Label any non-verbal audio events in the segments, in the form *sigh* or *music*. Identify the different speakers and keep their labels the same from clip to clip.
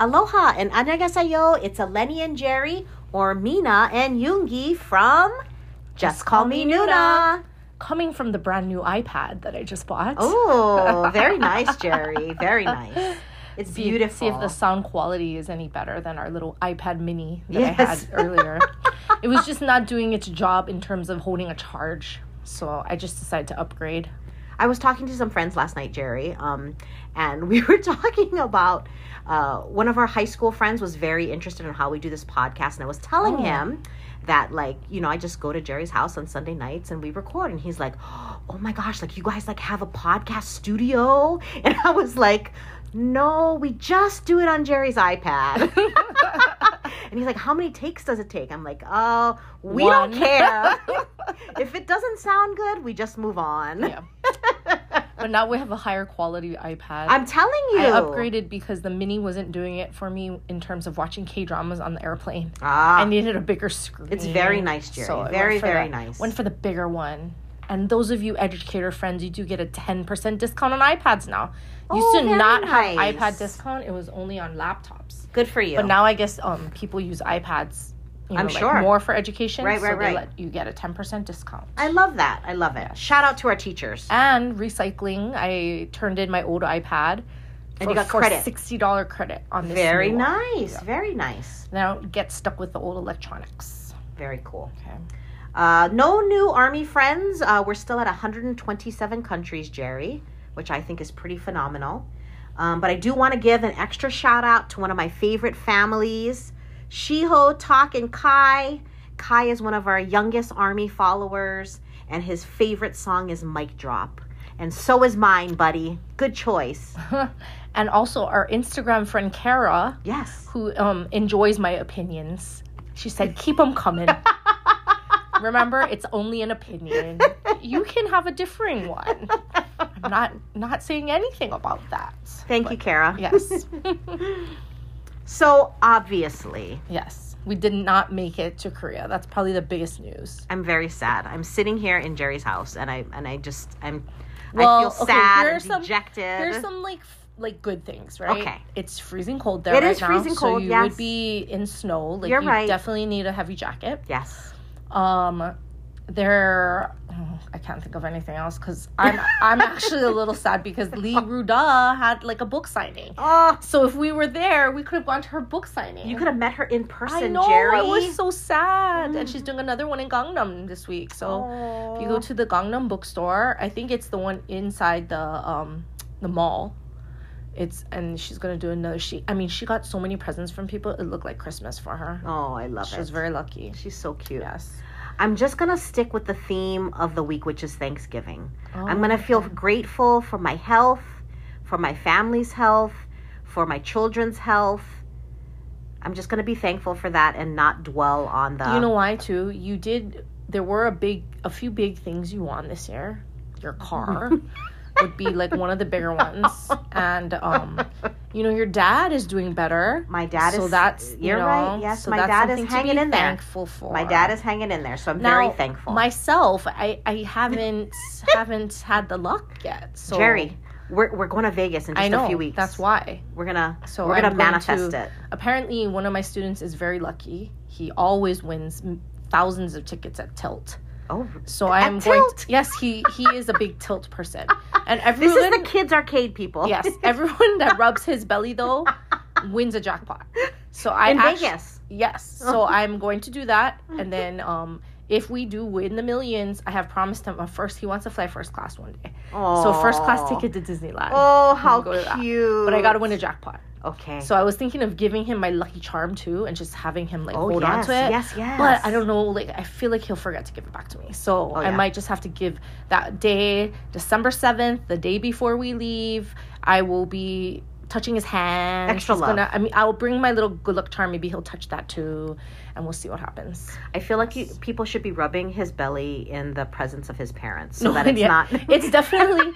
Speaker 1: Aloha and annyeonghaseyo. It's Eleni and Jerry or Mina and Yoongi from Just Call Me Nuna.
Speaker 2: Coming from the brand new iPad that I just bought.
Speaker 1: Oh, very nice, Jerry.
Speaker 2: *laughs*
Speaker 1: Very nice. It's
Speaker 2: See- See
Speaker 1: beautiful.
Speaker 2: if the sound quality is any better than our little iPad mini that
Speaker 1: Yes. *laughs*
Speaker 2: I had earlier. it was just not doing its job in terms of holding a charge. So I just decided to upgrade.
Speaker 1: I was talking to some friends last night, Jerry, um, and we *laughs* were talking about uh, one of our high school friends was very interested in how we do this podcast, and I was telling
Speaker 2: Oh.
Speaker 1: him that like you know I just go to Jerry's house on Sunday nights and we record, and he's like, "Oh my gosh, like you guys like have a podcast studio," *laughs* and I was like. No, we just do it on Jerry's
Speaker 2: *laughs*
Speaker 1: iPad. and he's like, How many takes does it take? I'm like, Oh, we
Speaker 2: One.
Speaker 1: don't
Speaker 2: *laughs*
Speaker 1: care. if it doesn't sound good, we just move on.
Speaker 2: Yeah. But now we have a higher quality iPad.
Speaker 1: *laughs* I'm telling you.
Speaker 2: I upgraded because the mini wasn't doing it for me in terms of watching K dramas on the airplane.
Speaker 1: Ah,
Speaker 2: I needed a bigger screen.
Speaker 1: It's very nice, Jerry.
Speaker 2: I went
Speaker 1: Very,
Speaker 2: for
Speaker 1: very
Speaker 2: the-
Speaker 1: nice.
Speaker 2: Went for the bigger one. And those of you educator friends, you do get a 10% discount on iPads now. Used
Speaker 1: Oh,
Speaker 2: to
Speaker 1: very
Speaker 2: not
Speaker 1: nice.
Speaker 2: have iPad discount, it was only on laptops.
Speaker 1: good for you.
Speaker 2: But now I guess um, people use iPads you know,
Speaker 1: I'm
Speaker 2: like
Speaker 1: sure.
Speaker 2: more for education.
Speaker 1: Right,
Speaker 2: so
Speaker 1: right,
Speaker 2: they
Speaker 1: right.
Speaker 2: let you get a 10% discount.
Speaker 1: I love that. I love it. Shout out to our teachers.
Speaker 2: and recycling, I turned in my old iPad.
Speaker 1: And
Speaker 2: for-
Speaker 1: you got
Speaker 2: for
Speaker 1: credit.
Speaker 2: $60 credit on this.
Speaker 1: Very
Speaker 2: new one.
Speaker 1: nice. Very nice.
Speaker 2: Then I don't get stuck with the old electronics.
Speaker 1: Very cool.
Speaker 2: Okay.
Speaker 1: Uh, no new army friends. Uh, we're still at 127 countries, Jerry, which I think is pretty phenomenal. Um, but I do want to give an extra shout out to one of my favorite families, Shiho, Tak, and Kai. Kai is one of our youngest army followers, and his favorite song is Mic Drop. And so is mine, buddy. Good choice.
Speaker 2: and also our Instagram friend Kara,
Speaker 1: Yes.
Speaker 2: who um, enjoys my opinions. She said, "Keep them
Speaker 1: *laughs*
Speaker 2: coming." Remember, it's only an opinion. You can have a differing one. I'm not not saying anything about that.
Speaker 1: Thank you, Kara. *laughs*
Speaker 2: Yes,
Speaker 1: So obviously,
Speaker 2: yes, we did not make it to Korea. That's probably the biggest news.
Speaker 1: I'm very sad. I'm sitting here in Jerry's house, and I and I just I'm I
Speaker 2: Well,
Speaker 1: feel
Speaker 2: okay,
Speaker 1: sad
Speaker 2: here are
Speaker 1: and
Speaker 2: some-
Speaker 1: dejected.
Speaker 2: There's some like f- like good things, right?
Speaker 1: Okay.
Speaker 2: It's freezing cold there.
Speaker 1: It
Speaker 2: It is
Speaker 1: is freezing cold,
Speaker 2: So you
Speaker 1: yes.
Speaker 2: would be in snow. Like
Speaker 1: You're
Speaker 2: you
Speaker 1: right.
Speaker 2: definitely need a heavy jacket.
Speaker 1: yes,
Speaker 2: Um, there, *sighs* oh, I can't think of anything else because I'm
Speaker 1: *laughs*
Speaker 2: I'm actually a little sad because Lee Ruda had like a book signing.
Speaker 1: oh,
Speaker 2: So if we were there, we could have gone to her book signing.
Speaker 1: you could have met her in person,
Speaker 2: I know
Speaker 1: Jerry. Mm.
Speaker 2: it was so sad, and she's doing another one in Gangnam this week. So if you go to the Gangnam bookstore, I think it's the one inside the um the mall. It's and she's gonna do another. She, I mean, she got so many presents from people. It looked like Christmas for her.
Speaker 1: oh, I love
Speaker 2: She
Speaker 1: it.
Speaker 2: was very lucky.
Speaker 1: She's so cute.
Speaker 2: Yes.
Speaker 1: I'm just gonna stick with the theme of the week, which is Thanksgiving. I'm
Speaker 2: Oh.
Speaker 1: gonna feel grateful for my health, for my family's health, for my children's health. I'm just gonna be thankful for that and not dwell on the.
Speaker 2: You know why too? You did. There were a big, a few big things you won this year. Your
Speaker 1: *laughs*
Speaker 2: car would be like one of the bigger ones, and um, you know your dad is doing better.
Speaker 1: My dad
Speaker 2: so
Speaker 1: is.
Speaker 2: that's you
Speaker 1: you're
Speaker 2: know,
Speaker 1: right. Yes,
Speaker 2: so
Speaker 1: my
Speaker 2: that's
Speaker 1: dad
Speaker 2: something
Speaker 1: is
Speaker 2: to
Speaker 1: hanging
Speaker 2: be
Speaker 1: in there.
Speaker 2: Thankful for
Speaker 1: My dad is hanging in there, so I'm
Speaker 2: Now,
Speaker 1: very thankful.
Speaker 2: Myself, I I
Speaker 1: *laughs*
Speaker 2: haven't haven't had the luck yet. So
Speaker 1: Jerry, we're we're going to Vegas in just
Speaker 2: I know
Speaker 1: a few weeks.
Speaker 2: that's why.
Speaker 1: we're gonna
Speaker 2: So
Speaker 1: we're
Speaker 2: I'm
Speaker 1: gonna
Speaker 2: going
Speaker 1: manifest
Speaker 2: to- *laughs*
Speaker 1: it.
Speaker 2: Apparently, one of my students is very lucky. He always wins m- thousands of tickets at Tilt.
Speaker 1: Oh,
Speaker 2: So
Speaker 1: At
Speaker 2: I am going.
Speaker 1: Tilt?
Speaker 2: To, yes, he he is a big tilt person, and
Speaker 1: this
Speaker 2: everyone.
Speaker 1: is the kids arcade people. *laughs*
Speaker 2: *laughs* yes, everyone that rubs his belly though wins a jackpot. So I
Speaker 1: in
Speaker 2: actu-
Speaker 1: Vegas.
Speaker 2: Yes,
Speaker 1: *laughs*
Speaker 2: so I'm going to do that, and then um, if we do win the millions, I have promised him. Uh, first, he wants to fly first class one day.
Speaker 1: Oh.
Speaker 2: So first class ticket to Disneyland.
Speaker 1: Oh, how
Speaker 2: go to that.
Speaker 1: cute!
Speaker 2: But I gotta win a jackpot.
Speaker 1: Okay.
Speaker 2: So I was thinking of giving him my lucky charm too and just having him like
Speaker 1: oh
Speaker 2: hold
Speaker 1: yes,
Speaker 2: on to it.
Speaker 1: yes, yes. Oh,
Speaker 2: But I don't know, like I feel like he'll forget to give it back to me. So I
Speaker 1: yeah.
Speaker 2: might just have to give that day, December seventh, the day before we leave, I will be touching his hand.
Speaker 1: Extra
Speaker 2: He's
Speaker 1: love.
Speaker 2: Gonna, I mean, I'll bring my little good luck charm. Maybe he'll touch that too, and we'll see what happens.
Speaker 1: I feel like you, people should be rubbing his belly in the presence of his parents, so
Speaker 2: No,
Speaker 1: that it's
Speaker 2: *laughs* yeah.
Speaker 1: not
Speaker 2: It's definitely.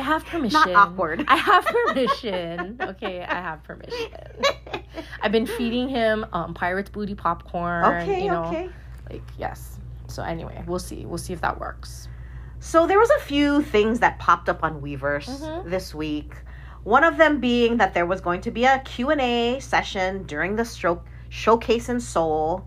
Speaker 1: *laughs*
Speaker 2: have permission.
Speaker 1: awkward.
Speaker 2: *laughs* I have permission.
Speaker 1: *laughs*
Speaker 2: okay, I have permission. I've been feeding him um, Pirates Booty popcorn.
Speaker 1: okay.
Speaker 2: you know,
Speaker 1: okay.
Speaker 2: Like yes. So anyway, we'll see. We'll see if that works.
Speaker 1: So there was a few things that popped up on Weavers
Speaker 2: Mhm.
Speaker 1: this week. One of them being that there was going to be a Q&A session during the stroke showcase in Seoul.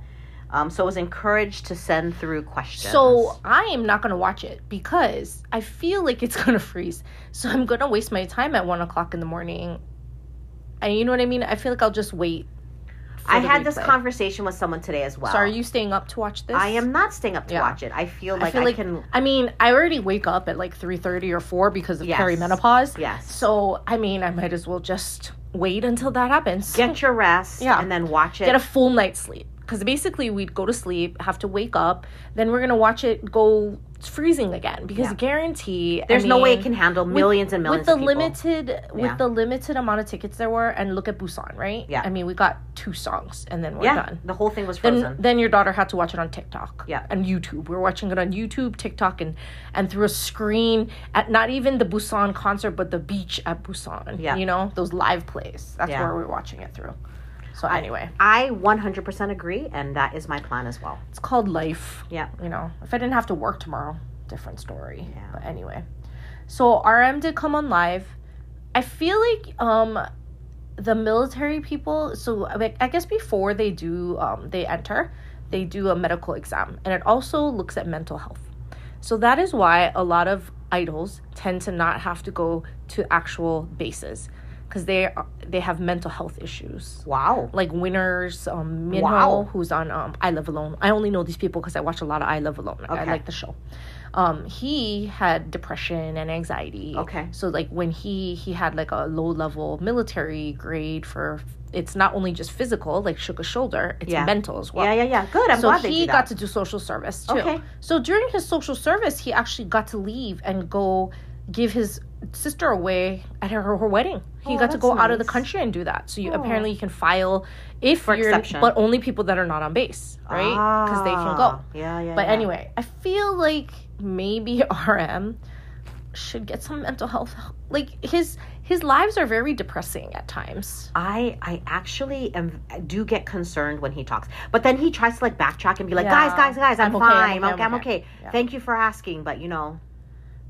Speaker 1: Um, so it was encouraged to send through questions.
Speaker 2: So I am not gonna watch it because I feel like it's *laughs* gonna freeze. So I'm gonna waste my time at one o'clock in the morning. And you know what I mean? I feel like I'll just wait. for
Speaker 1: I
Speaker 2: the
Speaker 1: had this
Speaker 2: replay.
Speaker 1: conversation with someone today as well.
Speaker 2: So are you staying up to watch this?
Speaker 1: I am not staying up to
Speaker 2: Yeah.
Speaker 1: watch it. I feel
Speaker 2: I
Speaker 1: like I,
Speaker 2: feel like-
Speaker 1: can.
Speaker 2: I mean, I already wake up at like three thirty or four because of
Speaker 1: Yes.
Speaker 2: perimenopause.
Speaker 1: Yes.
Speaker 2: So I mean, I might as well just wait until that happens.
Speaker 1: get your rest
Speaker 2: Yeah.
Speaker 1: and then watch it.
Speaker 2: get a full night's sleep because basically we'd go to sleep have to wake up then we're gonna watch it go freezing again because
Speaker 1: Yeah.
Speaker 2: guarantee I
Speaker 1: There's no way it
Speaker 2: mean,
Speaker 1: can handle
Speaker 2: with-
Speaker 1: millions and millions
Speaker 2: with the
Speaker 1: of people.
Speaker 2: limited
Speaker 1: Yeah.
Speaker 2: with the limited amount of tickets there were and look at busan right
Speaker 1: Yeah.
Speaker 2: i mean we got two songs and then we're
Speaker 1: yeah,
Speaker 2: done
Speaker 1: the whole thing was frozen.
Speaker 2: then, then your daughter had to watch it on TikTok
Speaker 1: Yeah.
Speaker 2: and YouTube. We were watching it on YouTube, TikTok, and and through a screen at not even the Busan concert, but the beach at Busan.
Speaker 1: Yeah.
Speaker 2: you know those live plays. That's
Speaker 1: Yeah.
Speaker 2: where we were watching it through. So anyway,
Speaker 1: I 100% agree, and that is my plan as well.
Speaker 2: it's called life.
Speaker 1: Yeah.
Speaker 2: you know, if I didn't have to work tomorrow, different story.
Speaker 1: Yeah.
Speaker 2: But anyway, so RM did come on live. I feel like um, the military people. So I mean, I guess before they do, um, they enter, they do a medical exam, and it also looks at mental health. So that is why a lot of idols tend to not have to go to actual bases because they are, they have mental health issues
Speaker 1: Wow.
Speaker 2: like winners um Minho,
Speaker 1: Wow.
Speaker 2: who's on um I Love Alone. I only know these people because I watch a lot of I Love Alone. Like, I
Speaker 1: Okay.
Speaker 2: like the show. Um, he had depression and anxiety.
Speaker 1: Okay.
Speaker 2: So like when he he had like a low level military grade for it's not only just physical like shook a shoulder it's
Speaker 1: Yeah.
Speaker 2: mental as well.
Speaker 1: yeah, yeah, yeah. Good. I'm
Speaker 2: so
Speaker 1: glad they
Speaker 2: he
Speaker 1: do that.
Speaker 2: got to do social service too.
Speaker 1: Okay.
Speaker 2: So during his social service, he actually got to leave and go give his sister away at her, her wedding. He
Speaker 1: Oh,
Speaker 2: got to
Speaker 1: that's
Speaker 2: go out of the
Speaker 1: nice.
Speaker 2: country and do that. So you
Speaker 1: Oh.
Speaker 2: apparently you can file if
Speaker 1: For
Speaker 2: you're,
Speaker 1: exception.
Speaker 2: but only people that are not on base, right? Because they can go.
Speaker 1: Ah, Yeah, yeah.
Speaker 2: But
Speaker 1: yeah.
Speaker 2: anyway, I feel like maybe *laughs* RM should get some mental health. help. Like his his lives are very depressing at times.
Speaker 1: I I actually am I do get concerned when he talks, but then he tries to like backtrack and be like,
Speaker 2: Yeah.
Speaker 1: guys, guys, guys, I'm,
Speaker 2: I'm okay, I'm
Speaker 1: fine,
Speaker 2: okay, I'm
Speaker 1: I'm okay.
Speaker 2: Yeah.
Speaker 1: Thank you for asking, but you know,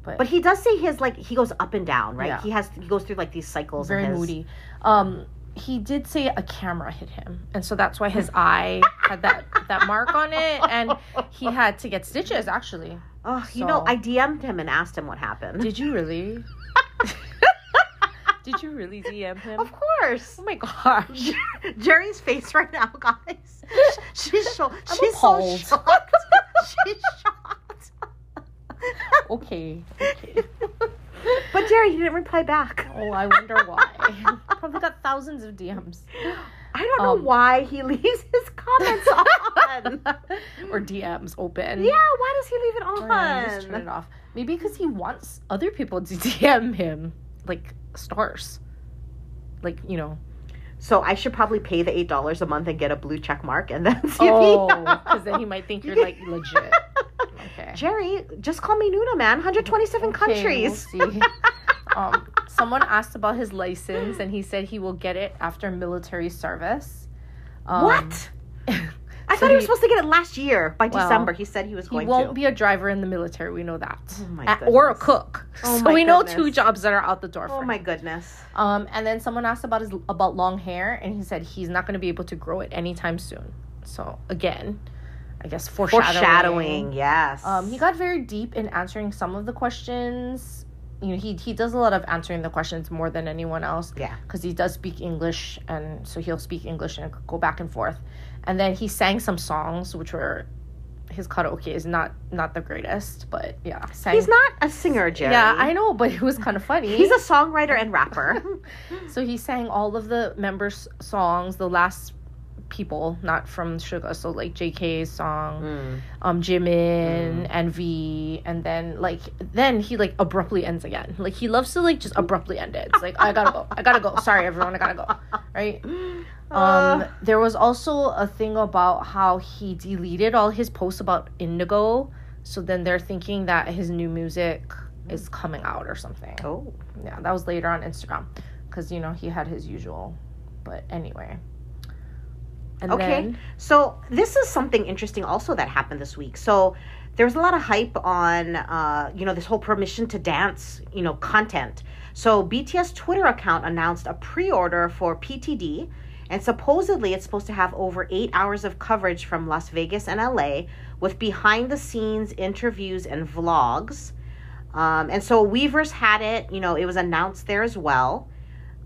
Speaker 2: But,
Speaker 1: but he does say his like he goes up and down, right?
Speaker 2: Yeah.
Speaker 1: He has he goes through like these cycles. in
Speaker 2: very
Speaker 1: his-
Speaker 2: moody. Um, he did say a camera hit him, and so that's why his eye had that that mark on it, and he had to get stitches. Actually,
Speaker 1: *laughs* Oh, you know,
Speaker 2: So-
Speaker 1: I DM'd him and asked him what happened.
Speaker 2: did you really?
Speaker 1: *laughs*
Speaker 2: *laughs* did you really DM him?
Speaker 1: Of course.
Speaker 2: Oh my gosh!
Speaker 1: Jerry's face right now,
Speaker 2: *laughs*
Speaker 1: guys. She's so she's
Speaker 2: appalled.
Speaker 1: so shocked. She's shocked.
Speaker 2: Okay.
Speaker 1: But Jerry, he didn't reply back.
Speaker 2: Oh, I wonder why. *laughs* Probably got thousands of DMs
Speaker 1: I don't know
Speaker 2: Um.
Speaker 1: why he leaves his comments on.
Speaker 2: *laughs* or DMs open.
Speaker 1: Yeah, why does he leave it on?
Speaker 2: Yeah, just turn it off. Maybe because he wants other people to *laughs* DM him, like stars, like you know.
Speaker 1: So I should probably pay the eight dollars a month and get a blue check mark, and then *laughs* see
Speaker 2: Oh,
Speaker 1: if he.
Speaker 2: because then he might think you're like legit.
Speaker 1: *laughs*
Speaker 2: Okay.
Speaker 1: Jerry, just call me Nuna, man. 127
Speaker 2: Okay,
Speaker 1: countries.
Speaker 2: we'll see. *laughs* Um, someone asked about his license, and he said he will get it after military service. Um, *laughs*
Speaker 1: what? I
Speaker 2: so
Speaker 1: thought he, was
Speaker 2: he-
Speaker 1: supposed to get it last year by
Speaker 2: Well,
Speaker 1: December. He said he was
Speaker 2: He
Speaker 1: going
Speaker 2: won't
Speaker 1: to.
Speaker 2: be a driver in the military. We know that,
Speaker 1: Oh my
Speaker 2: A- or a
Speaker 1: goodness.
Speaker 2: cook.
Speaker 1: Oh
Speaker 2: so
Speaker 1: my
Speaker 2: we know
Speaker 1: goodness.
Speaker 2: two jobs that are out the door.
Speaker 1: oh
Speaker 2: for
Speaker 1: my
Speaker 2: him.
Speaker 1: goodness.
Speaker 2: Um, and then someone asked about his about long hair, and he said he's not going to be able to grow it anytime soon. So again, I guess
Speaker 1: Foreshadowing, yes.
Speaker 2: Um, he got very deep in answering some of the questions. You know, he he does a lot of answering the questions more than anyone else.
Speaker 1: Yeah.
Speaker 2: because he does speak English, and so he'll speak English and go back and forth. And then he sang some songs, which were his karaoke is not not the greatest, but yeah, sang.
Speaker 1: He's not a singer, Jerry.
Speaker 2: yeah, I know, but it was kind of funny.
Speaker 1: He's a songwriter and
Speaker 2: *laughs*
Speaker 1: rapper.
Speaker 2: So he sang all of the members' songs, the last people, not from Suga. So like JK's song,
Speaker 1: Hmm.
Speaker 2: um,
Speaker 1: Mm-hmm.
Speaker 2: Jimin and V, and then like then he like abruptly ends again. Like he loves to like just abruptly end it. It's like I gotta go, I gotta go. Sorry everyone, I gotta go. Right? Um,
Speaker 1: Uh,
Speaker 2: there was also a thing about how he deleted all his posts about Indigo. So then they're thinking that his new music
Speaker 1: Mm-hmm.
Speaker 2: is coming out or something
Speaker 1: *laughs* oh.
Speaker 2: yeah, that was later on Instagram because you know he had his usual. But anyway, and
Speaker 1: Okay.
Speaker 2: then
Speaker 1: So this is something interesting also that happened this week. So there was a lot of hype on uh, you know this whole permission to dance you know content so bts twitter account announced a pre-order for ptd and supposedly it's supposed to have over eight hours of coverage from las vegas and la with behind the scenes interviews and vlogs um, and so weavers had it you know it was announced there as well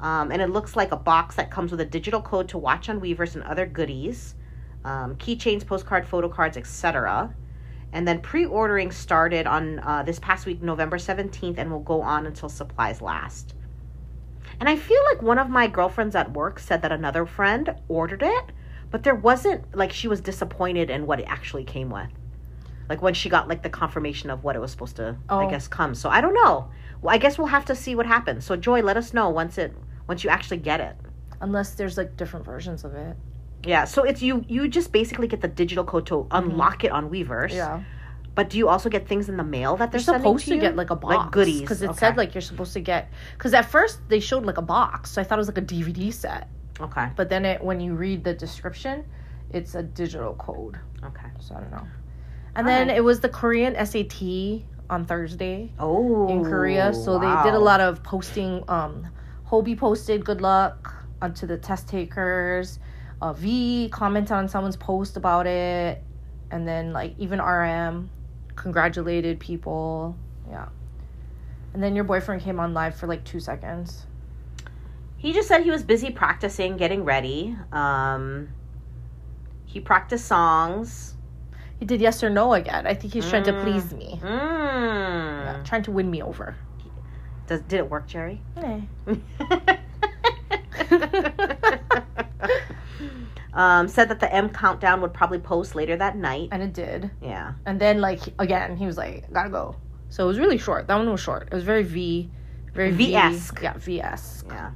Speaker 1: um, and it looks like a box that comes with a digital code to watch on weavers and other goodies um, keychains postcard photo cards etc and then pre-ordering started on uh, this past week november 17th and will go on until supplies last and i feel like one of my girlfriends at work said that another friend ordered it but there wasn't like she was disappointed in what it actually came with like when she got like the confirmation of what it was supposed to i
Speaker 2: Oh.
Speaker 1: guess come so i don't know well, i guess we'll have to see what happens so joy let us know once it once you actually get it
Speaker 2: Unless there's like different versions of it.
Speaker 1: yeah so it's you you just basically get the digital code to unlock it on weavers
Speaker 2: Mm-hmm. Yeah.
Speaker 1: But do you also get things in the mail that they're,
Speaker 2: They're
Speaker 1: sending
Speaker 2: supposed to,
Speaker 1: you?
Speaker 2: get like a box.
Speaker 1: goodies,
Speaker 2: Because it
Speaker 1: okay.
Speaker 2: said like you're supposed to get. Because at first they showed like a box. So I thought it was like a DVD set.
Speaker 1: Okay,
Speaker 2: But then it when you read the description, it's a digital code.
Speaker 1: okay.
Speaker 2: So I don't know. And then
Speaker 1: Alright.
Speaker 2: it was the Korean SAT on Thursday
Speaker 1: Oh,
Speaker 2: in Korea. So they did a lot of posting. Um, Hobie posted good luck onto the test takers. Uh, v commented on someone's post about it. And then, like, even RM congratulated people. Yeah. And then your boyfriend came on live for like two seconds.
Speaker 1: He just said he was busy practicing, getting ready. Um, he practiced songs.
Speaker 2: He did yes or no again. I think he's trying to please me,
Speaker 1: Mm.
Speaker 2: Yeah, trying to win me over.
Speaker 1: Hmm. Does did it work,
Speaker 2: *laughs*
Speaker 1: Jerry? *laughs* um, said that the M countdown would probably post later that night.
Speaker 2: And it did.
Speaker 1: Yeah.
Speaker 2: And then like again, he was like, "Gotta go." So it was really short. That one was short. It was very V, very V-
Speaker 1: V-esque.
Speaker 2: Yeah, VS.
Speaker 1: Yeah.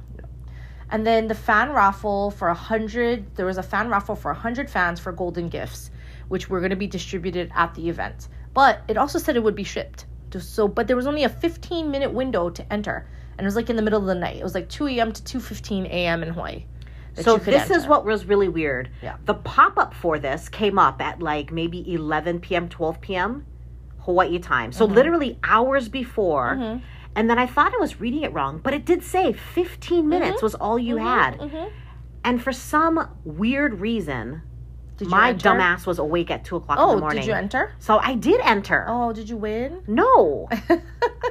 Speaker 2: And then the fan raffle for a hundred. There was a fan raffle for a hundred fans for golden gifts, which were going to be distributed at the event. But it also said it would be shipped. Just So, but there was only a fifteen minute window to enter, and it was like in the middle of the night. It was like two a.m. to two fifteen a.m. in Hawaii. that
Speaker 1: So
Speaker 2: you could
Speaker 1: this is
Speaker 2: enter.
Speaker 1: what was really weird.
Speaker 2: Yeah.
Speaker 1: The pop up for this came up at like maybe 11 p.m., 12 p.m. Hawaii time.
Speaker 2: Mm-hmm.
Speaker 1: So literally hours before. And then I thought I was reading it wrong, but it did say
Speaker 2: Mm-hmm.
Speaker 1: 15 minutes was all you had.
Speaker 2: Mhm.
Speaker 1: And for some weird reason,
Speaker 2: Did you
Speaker 1: my
Speaker 2: enter?
Speaker 1: dumbass was awake at 2 o'clock in the
Speaker 2: Oh,
Speaker 1: morning.
Speaker 2: did you enter?
Speaker 1: so I did enter.
Speaker 2: Oh, did you win? *laughs*
Speaker 1: No.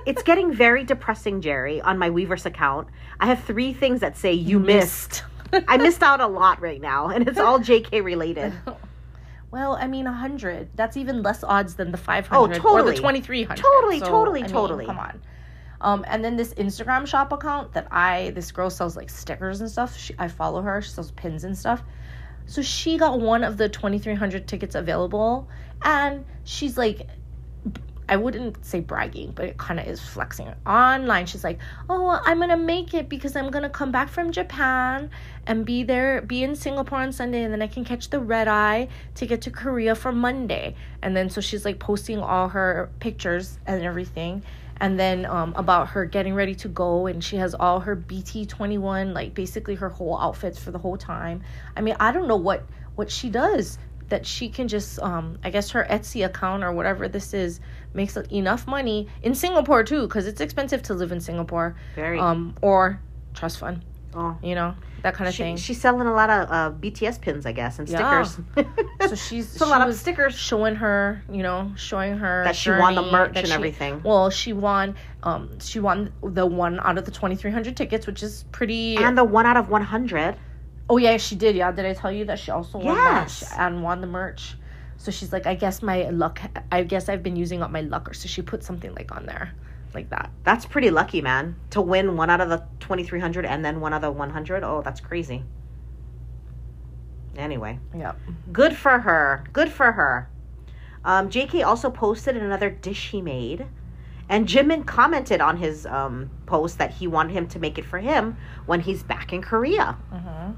Speaker 1: it's getting very depressing, Jerry, on my Weavers account. I have three things that say you missed. I missed out a lot right now, and it's all JK
Speaker 2: *laughs*
Speaker 1: related.
Speaker 2: *laughs* Well, I mean, 100. That's even less odds than the 500 or
Speaker 1: Oh, totally.
Speaker 2: the 2300.
Speaker 1: Totally, totally,
Speaker 2: I mean,
Speaker 1: totally.
Speaker 2: Come on. Um, and then this Instagram shop account that I, this girl sells like stickers and stuff. She, I follow her. She sells pins and stuff. So she got one of the 2300 tickets available. And she's like, I wouldn't say bragging, but it kind of is flexing. Online, she's like, "Oh, I'm gonna make it because I'm gonna come back from Japan and be there, be in Singapore on Sunday, and then I can catch the red eye to get to Korea for Monday." And then so she's like posting all her pictures and everything, and then um, about her getting ready to go, and she has all her BT21, like basically her whole outfits for the whole time. I mean, I don't know what what she does that she can just um i guess her etsy account or whatever this is makes enough money in singapore too because it's expensive to live in singapore
Speaker 1: Very.
Speaker 2: um or trust fund
Speaker 1: oh.
Speaker 2: you know that kind of
Speaker 1: She,
Speaker 2: thing
Speaker 1: she's selling a lot of uh, BTS pins, I guess, and
Speaker 2: Yeah.
Speaker 1: stickers. *laughs*
Speaker 2: so she's
Speaker 1: It's a
Speaker 2: she
Speaker 1: lot of
Speaker 2: was
Speaker 1: stickers
Speaker 2: showing her you know showing her
Speaker 1: that she won the
Speaker 2: journey,
Speaker 1: merch
Speaker 2: that
Speaker 1: and
Speaker 2: she-
Speaker 1: everything.
Speaker 2: well she won um she won the one out of the 2300 tickets which is pretty
Speaker 1: And the one out of 100.
Speaker 2: Oh yeah, she did. Yeah, did I tell you that she also won
Speaker 1: Yes.
Speaker 2: that and won the merch? So she's like, I guess my luck. I guess I've been using up my luck, or so she put something like on there, like that.
Speaker 1: That's pretty lucky, man. To win one out of the 2300 and then one out of the 100. Oh, that's crazy. Anyway,
Speaker 2: Yeah.
Speaker 1: good for her. Good for her. Um, JK also posted another dish he made. And Jimin commented on his um, post that he wanted him to make it for him when he's back in Korea.
Speaker 2: Mm-hmm.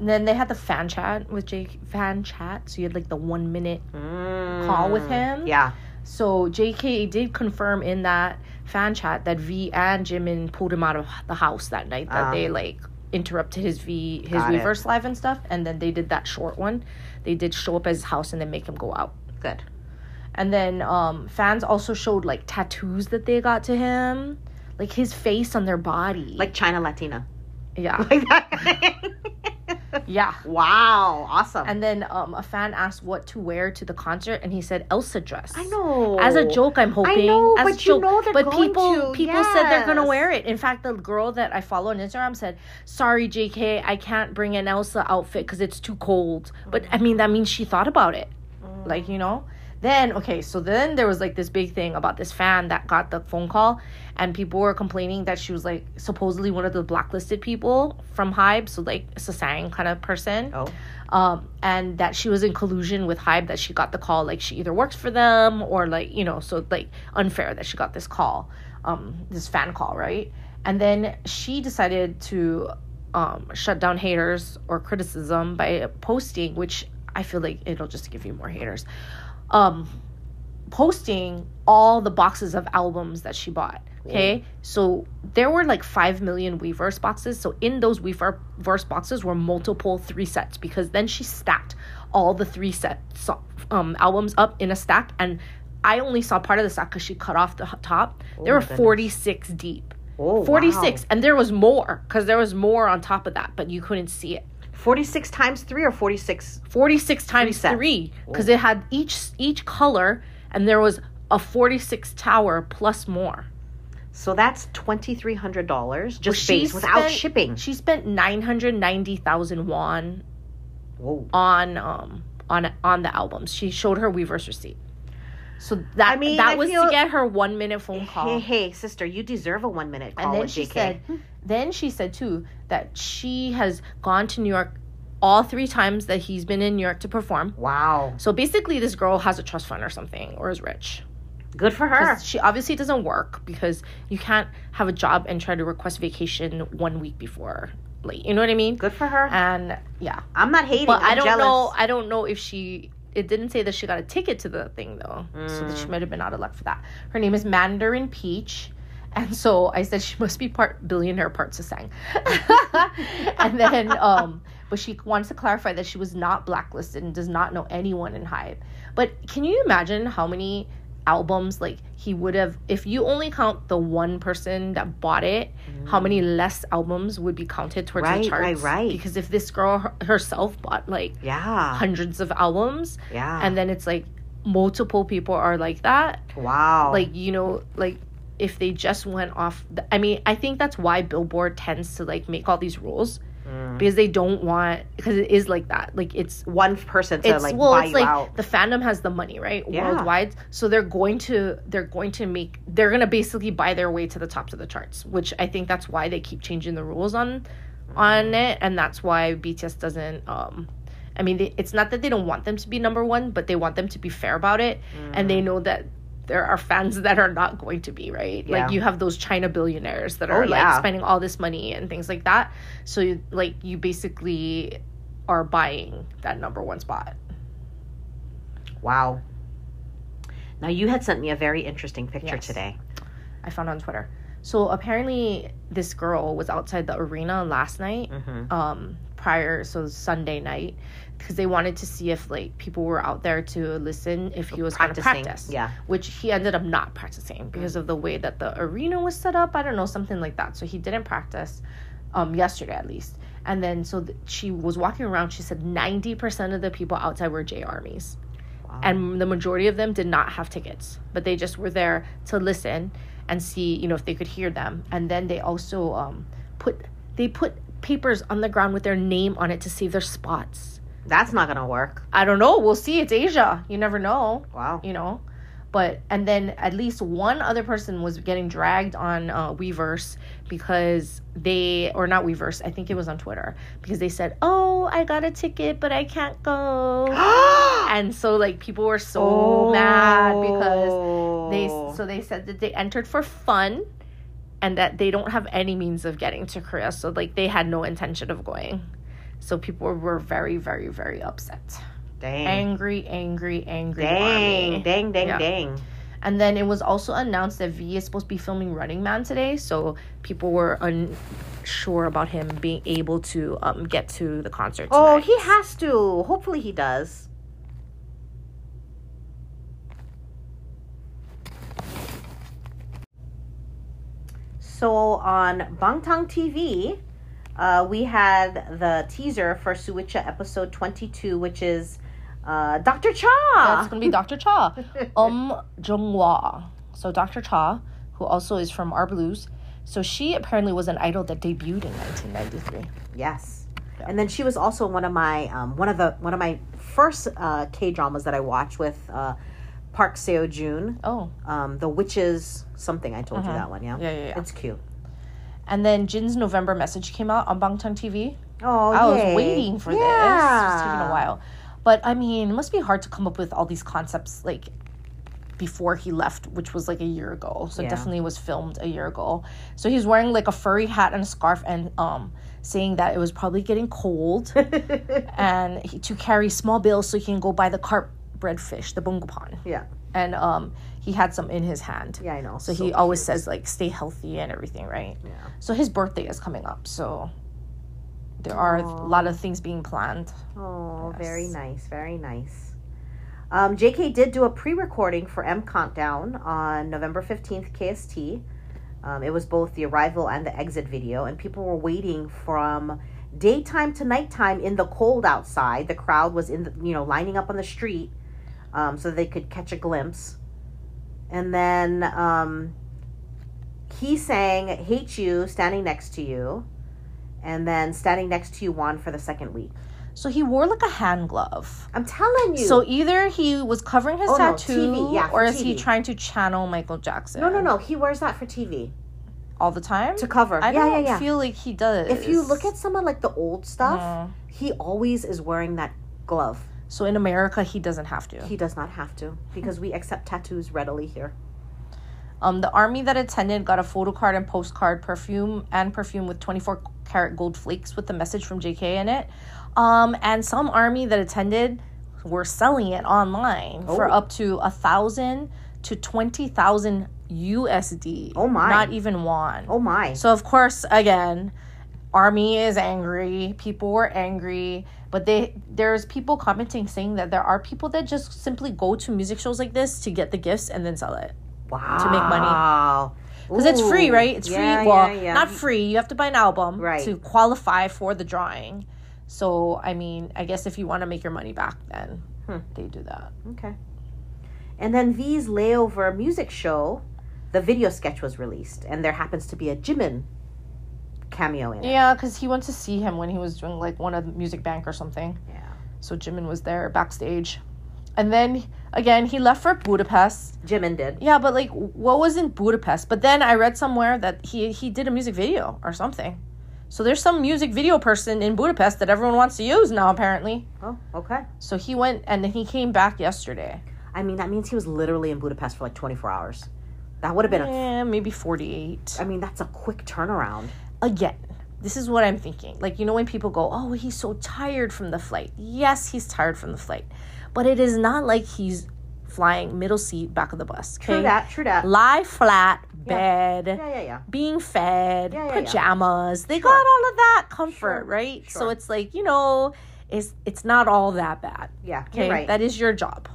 Speaker 2: And then they had the fan chat with Jake. Fan chat. So you had like the one minute call with
Speaker 1: Mm.
Speaker 2: him.
Speaker 1: Yeah.
Speaker 2: So JK did confirm in that fan chat that V and Jimin pulled him out of the house that night. That
Speaker 1: Ah.
Speaker 2: they like interrupted his V his
Speaker 1: Got it.
Speaker 2: reverse live and stuff, and then they did that short one. They did show up at his house and then make him go out.
Speaker 1: Good.
Speaker 2: And then um, fans also showed like tattoos that they got to him, like his face on their body.
Speaker 1: Like China Latina.
Speaker 2: yeah,
Speaker 1: Like that. *laughs*
Speaker 2: yeah.
Speaker 1: wow. Awesome.
Speaker 2: And then um, a fan asked what to wear to the concert, and he said Elsa dress.
Speaker 1: I know.
Speaker 2: As a joke, I'm hoping.
Speaker 1: know,
Speaker 2: as a
Speaker 1: but you
Speaker 2: joke.
Speaker 1: know they're
Speaker 2: But
Speaker 1: going
Speaker 2: people,
Speaker 1: to,
Speaker 2: people said they're gonna
Speaker 1: yes.
Speaker 2: wear it. In fact, the girl that I follow on Instagram said, "Sorry, J.K., I can't bring an Elsa outfit because it's too cold." But I mean, that means she thought about it,
Speaker 1: Mm.
Speaker 2: like you know. Then okay, so then there was like this big thing about this fan that got the phone call, and people were complaining that she was like supposedly one of the blacklisted people from Hybe, so like it's a sang kind of person
Speaker 1: Oh.
Speaker 2: um, and that she was in collusion with Hybe that she got the call like she either works for them or like you know so like unfair that she got this call um, this fan call right and then she decided to um, shut down haters or criticism by posting which I feel like it'll just give you more haters um, posting all the boxes of albums that she bought okay so there were like 5 million Weverse boxes. So in those Weverse boxes were multiple three sets because then she stacked all the three set so- um, albums up in a stack. And I only saw part of the stack because she cut off the h- top. there
Speaker 1: Oh my
Speaker 2: were
Speaker 1: goodness.
Speaker 2: 46 deep.
Speaker 1: Oh, wow.
Speaker 2: 46. And there was more because there was more on top of that, but you couldn't see it.
Speaker 1: 46 times 3 or 46?
Speaker 2: 46 times
Speaker 1: sets.
Speaker 2: three
Speaker 1: Oh.
Speaker 2: because it had each each color and there was a 46 tower plus more.
Speaker 1: So that's $2,300
Speaker 2: Well,
Speaker 1: just
Speaker 2: she
Speaker 1: base without
Speaker 2: spent-
Speaker 1: shipping.
Speaker 2: She spent 990,000 won
Speaker 1: Whoa.
Speaker 2: on um on on the albums. She showed her Weaver's receipt. So that
Speaker 1: I mean,
Speaker 2: that
Speaker 1: I
Speaker 2: was
Speaker 1: feel-
Speaker 2: to get her one minute
Speaker 1: *laughs*
Speaker 2: phone
Speaker 1: Hey,
Speaker 2: call.
Speaker 1: hey, sister, you deserve a one minute call
Speaker 2: and then
Speaker 1: with Hmm.
Speaker 2: she
Speaker 1: JK.
Speaker 2: said then she said too that she has gone to New York all three times that he's been in New York to perform.
Speaker 1: wow.
Speaker 2: So basically this girl has a trust fund or something or is rich.
Speaker 1: Good for
Speaker 2: 'Cause
Speaker 1: her.
Speaker 2: She obviously doesn't work because you can't have a job and try to request vacation one week before. Like you know what I mean?
Speaker 1: Good for her.
Speaker 2: And yeah.
Speaker 1: I'm not hating.
Speaker 2: But
Speaker 1: I'm
Speaker 2: I don't
Speaker 1: jealous.
Speaker 2: know. I don't know if she. It didn't say that she got a ticket to the thing though, so that she might have been out of luck for that. Her name is Mandarin Peach, and so I said she must be part billionaire, part Sasang. *laughs* and then, um, but she wants to clarify that she was not blacklisted and does not know anyone in Hype. But can you imagine how many albums like he would have if you only count the one person that bought it? How many less albums would be counted towards
Speaker 1: Mm. Right,
Speaker 2: the
Speaker 1: right,
Speaker 2: charts?
Speaker 1: right. Ah.
Speaker 2: Because if this girl her- herself bought like
Speaker 1: Yeah.
Speaker 2: hundreds of albums,
Speaker 1: Yeah.
Speaker 2: and then it's like multiple people are like that,
Speaker 1: wow.
Speaker 2: like you know, like if they just went off. The, I mean, I think that's why Billboard tends to like make all these rules
Speaker 1: Mm.
Speaker 2: because they don't want because it is like that. Like it's
Speaker 1: one person to
Speaker 2: it's
Speaker 1: like
Speaker 2: well,
Speaker 1: buy
Speaker 2: it's
Speaker 1: you
Speaker 2: like
Speaker 1: out.
Speaker 2: the fandom has the money, right?
Speaker 1: Yeah.
Speaker 2: Worldwide, so they're going to they're going to make they're going to basically buy their way to the tops of the charts, which I think that's why they keep changing the rules on on it, and that's why BTS doesn't. um I mean, they, it's not that they don't want them to be number one, but they want them to be fair about it, and
Speaker 1: Mm.
Speaker 2: they know that. There are fans that are not going to be right.
Speaker 1: Yeah.
Speaker 2: Like you have those China billionaires that
Speaker 1: Oh,
Speaker 2: are
Speaker 1: yeah.
Speaker 2: like spending all this money and things like that. So you, like you basically are buying that number one spot.
Speaker 1: Wow. Now you had sent me a very interesting picture
Speaker 2: Yes.
Speaker 1: today.
Speaker 2: I found on Twitter. So apparently, this girl was outside the arena last night,
Speaker 1: Mm-hmm.
Speaker 2: um, prior so Sunday night, because they wanted to see if like people were out there to listen if he was going to practice.
Speaker 1: Yeah.
Speaker 2: Which he ended up not practicing because of the way that the arena was set up. I don't know something like that. So he didn't practice, um, yesterday at least. And then so th- she was walking around. She said ninety percent of the people outside were J armies
Speaker 1: Wow.
Speaker 2: and the majority of them did not have tickets but they just were there to listen and see you know if they could hear them and then they also um, put they put papers on the ground with their name on it to save their spots
Speaker 1: That's not gonna work.
Speaker 2: i don't know we'll see it's asia you never know
Speaker 1: Wow.
Speaker 2: you know but and then at least one other person was getting dragged on uh, Weverse because they or not Weverse, I think it was on Twitter because they said, "Oh, I got a ticket, but I can't go." *gasps* and so like people were so mad because they
Speaker 1: Oh.
Speaker 2: so they said that they entered for fun and that they don't have any means of getting to korea so like they had no intention of going so people were very very very upset
Speaker 1: dang.
Speaker 2: angry angry angry
Speaker 1: Dang,
Speaker 2: army.
Speaker 1: dang, dang,
Speaker 2: Yeah.
Speaker 1: dang.
Speaker 2: and then it was also announced that v is supposed to be filming running man today so people were unsure about him being able to um, get to the concert
Speaker 1: Oh,
Speaker 2: tonight.
Speaker 1: he has to. Hopefully he does. So on Bangtang TV, uh, we had the teaser for Suicha episode 22, which is uh, Dr.
Speaker 2: That's
Speaker 1: Cha.
Speaker 2: going to be Dr. Cha. Um Jung-hwa. So Dr. Cha, who also is from Our Blues. So she apparently was an idol that debuted in 1993.
Speaker 1: Yes. And then she was also one of my um, one of the one of my first uh, K dramas that I watched with uh, Park Seo Joon,
Speaker 2: Oh.
Speaker 1: um, the witches something. I told you that one, yeah.
Speaker 2: Uh-huh. Yeah, yeah, yeah.
Speaker 1: It's cute.
Speaker 2: And then Jin's November message came out on Bangtang TV.
Speaker 1: Oh,
Speaker 2: I
Speaker 1: yay.
Speaker 2: was waiting for this. It's taking a
Speaker 1: Yeah.
Speaker 2: while. But I mean, it must be hard to come up with all these concepts like before he left, which was like a year ago. So it
Speaker 1: Yeah.
Speaker 2: definitely was filmed a year ago. So he's wearing like a furry hat and a scarf and um saying that it was probably getting
Speaker 1: *laughs*
Speaker 2: cold and he, to carry small bills so he can go buy the carp breadfish, the bungapan.
Speaker 1: yeah,
Speaker 2: And um he had some in his hand.
Speaker 1: yeah, I know.
Speaker 2: So, he always says like stay healthy and everything, right?
Speaker 1: Yeah.
Speaker 2: So his birthday is coming up, so there are a lot of things being planned.
Speaker 1: Oh, very
Speaker 2: Yes.
Speaker 1: nice, very nice. Um, JK did do a pre-recording for M Countdown on November fifteenth, KST. Um, it was both the arrival and the exit video, and people were waiting from daytime to nighttime in the cold outside. The crowd was in, the, you know, lining up on the street um, so they could catch a glimpse. And then um, he sang "Hate You," standing next to you, and then standing next to you won for the second week.
Speaker 2: So he wore like a hand glove.
Speaker 1: I'm telling you.
Speaker 2: So either he was covering his
Speaker 1: Oh, no,
Speaker 2: tattoo,
Speaker 1: TV, yeah, for
Speaker 2: or is he
Speaker 1: TV.
Speaker 2: trying to channel Michael Jackson?
Speaker 1: no, no, no. He wears that for TV
Speaker 2: all the time.
Speaker 1: to cover. yeah,
Speaker 2: I don't
Speaker 1: yeah, yeah.
Speaker 2: feel like he does.
Speaker 1: If you look at someone like the old stuff,
Speaker 2: Mhm.
Speaker 1: he always is wearing that glove.
Speaker 2: so in America, he doesn't have to.
Speaker 1: He does not have to because we accept tattoos readily here.
Speaker 2: Um, the army that attended got a photo card and postcard, perfume and perfume with 24 karat gold flakes with the message from JK in it. Um, and some army that attended were selling it online for
Speaker 1: Oh.
Speaker 2: up to a thousand to twenty thousand USD.
Speaker 1: Oh, my.
Speaker 2: Not even one.
Speaker 1: Oh my.
Speaker 2: So of course, again, army is angry. People were angry, but they there's people commenting saying that there are people that just simply go to music shows like this to get the gifts and then sell it
Speaker 1: Wow.
Speaker 2: to make money.
Speaker 1: Because
Speaker 2: because it's free, right? It's free. Well,
Speaker 1: yeah, yeah.
Speaker 2: not free. You have to buy an album
Speaker 1: Right.
Speaker 2: to qualify for the drawing. So, I mean, I guess if you want to make your money back, then
Speaker 1: Hmm.
Speaker 2: they do that.
Speaker 1: Okay. And then V's layover music show, the video sketch was released, and there happens to be a Jimin cameo in it.
Speaker 2: Yeah, because he went to see him when he was doing like one of the Music Bank or something.
Speaker 1: Yeah.
Speaker 2: So Jimin was there backstage, and then again he left for Budapest.
Speaker 1: Jimin did.
Speaker 2: Yeah, but like, what was in Budapest? But then I read somewhere that he he did a music video or something. So there's some music video person in Budapest that everyone wants to use now apparently.
Speaker 1: Oh, okay.
Speaker 2: So he went and then he came back yesterday.
Speaker 1: I mean, that means he was literally in Budapest for like 24 hours. That would have been a
Speaker 2: Eh, maybe 48.
Speaker 1: I mean, that's a quick turnaround.
Speaker 2: Again, this is what I'm thinking. Like, you know, when people go, oh, he's so tired from the flight. Yes, he's tired from the flight. But it is not like he's flying middle seat, back of the bus.
Speaker 1: True
Speaker 2: okay?
Speaker 1: that, true that.
Speaker 2: Lie flat, bed,
Speaker 1: Yeah, yeah, yeah.
Speaker 2: being fed,
Speaker 1: Yeah, yeah, yeah.
Speaker 2: pajamas. They
Speaker 1: Sure.
Speaker 2: got all of that comfort,
Speaker 1: Sure,
Speaker 2: right? So
Speaker 1: sure.
Speaker 2: it's like, you know, it's, it's not all that bad.
Speaker 1: Yeah,
Speaker 2: Okay.
Speaker 1: you're right.
Speaker 2: That is your job.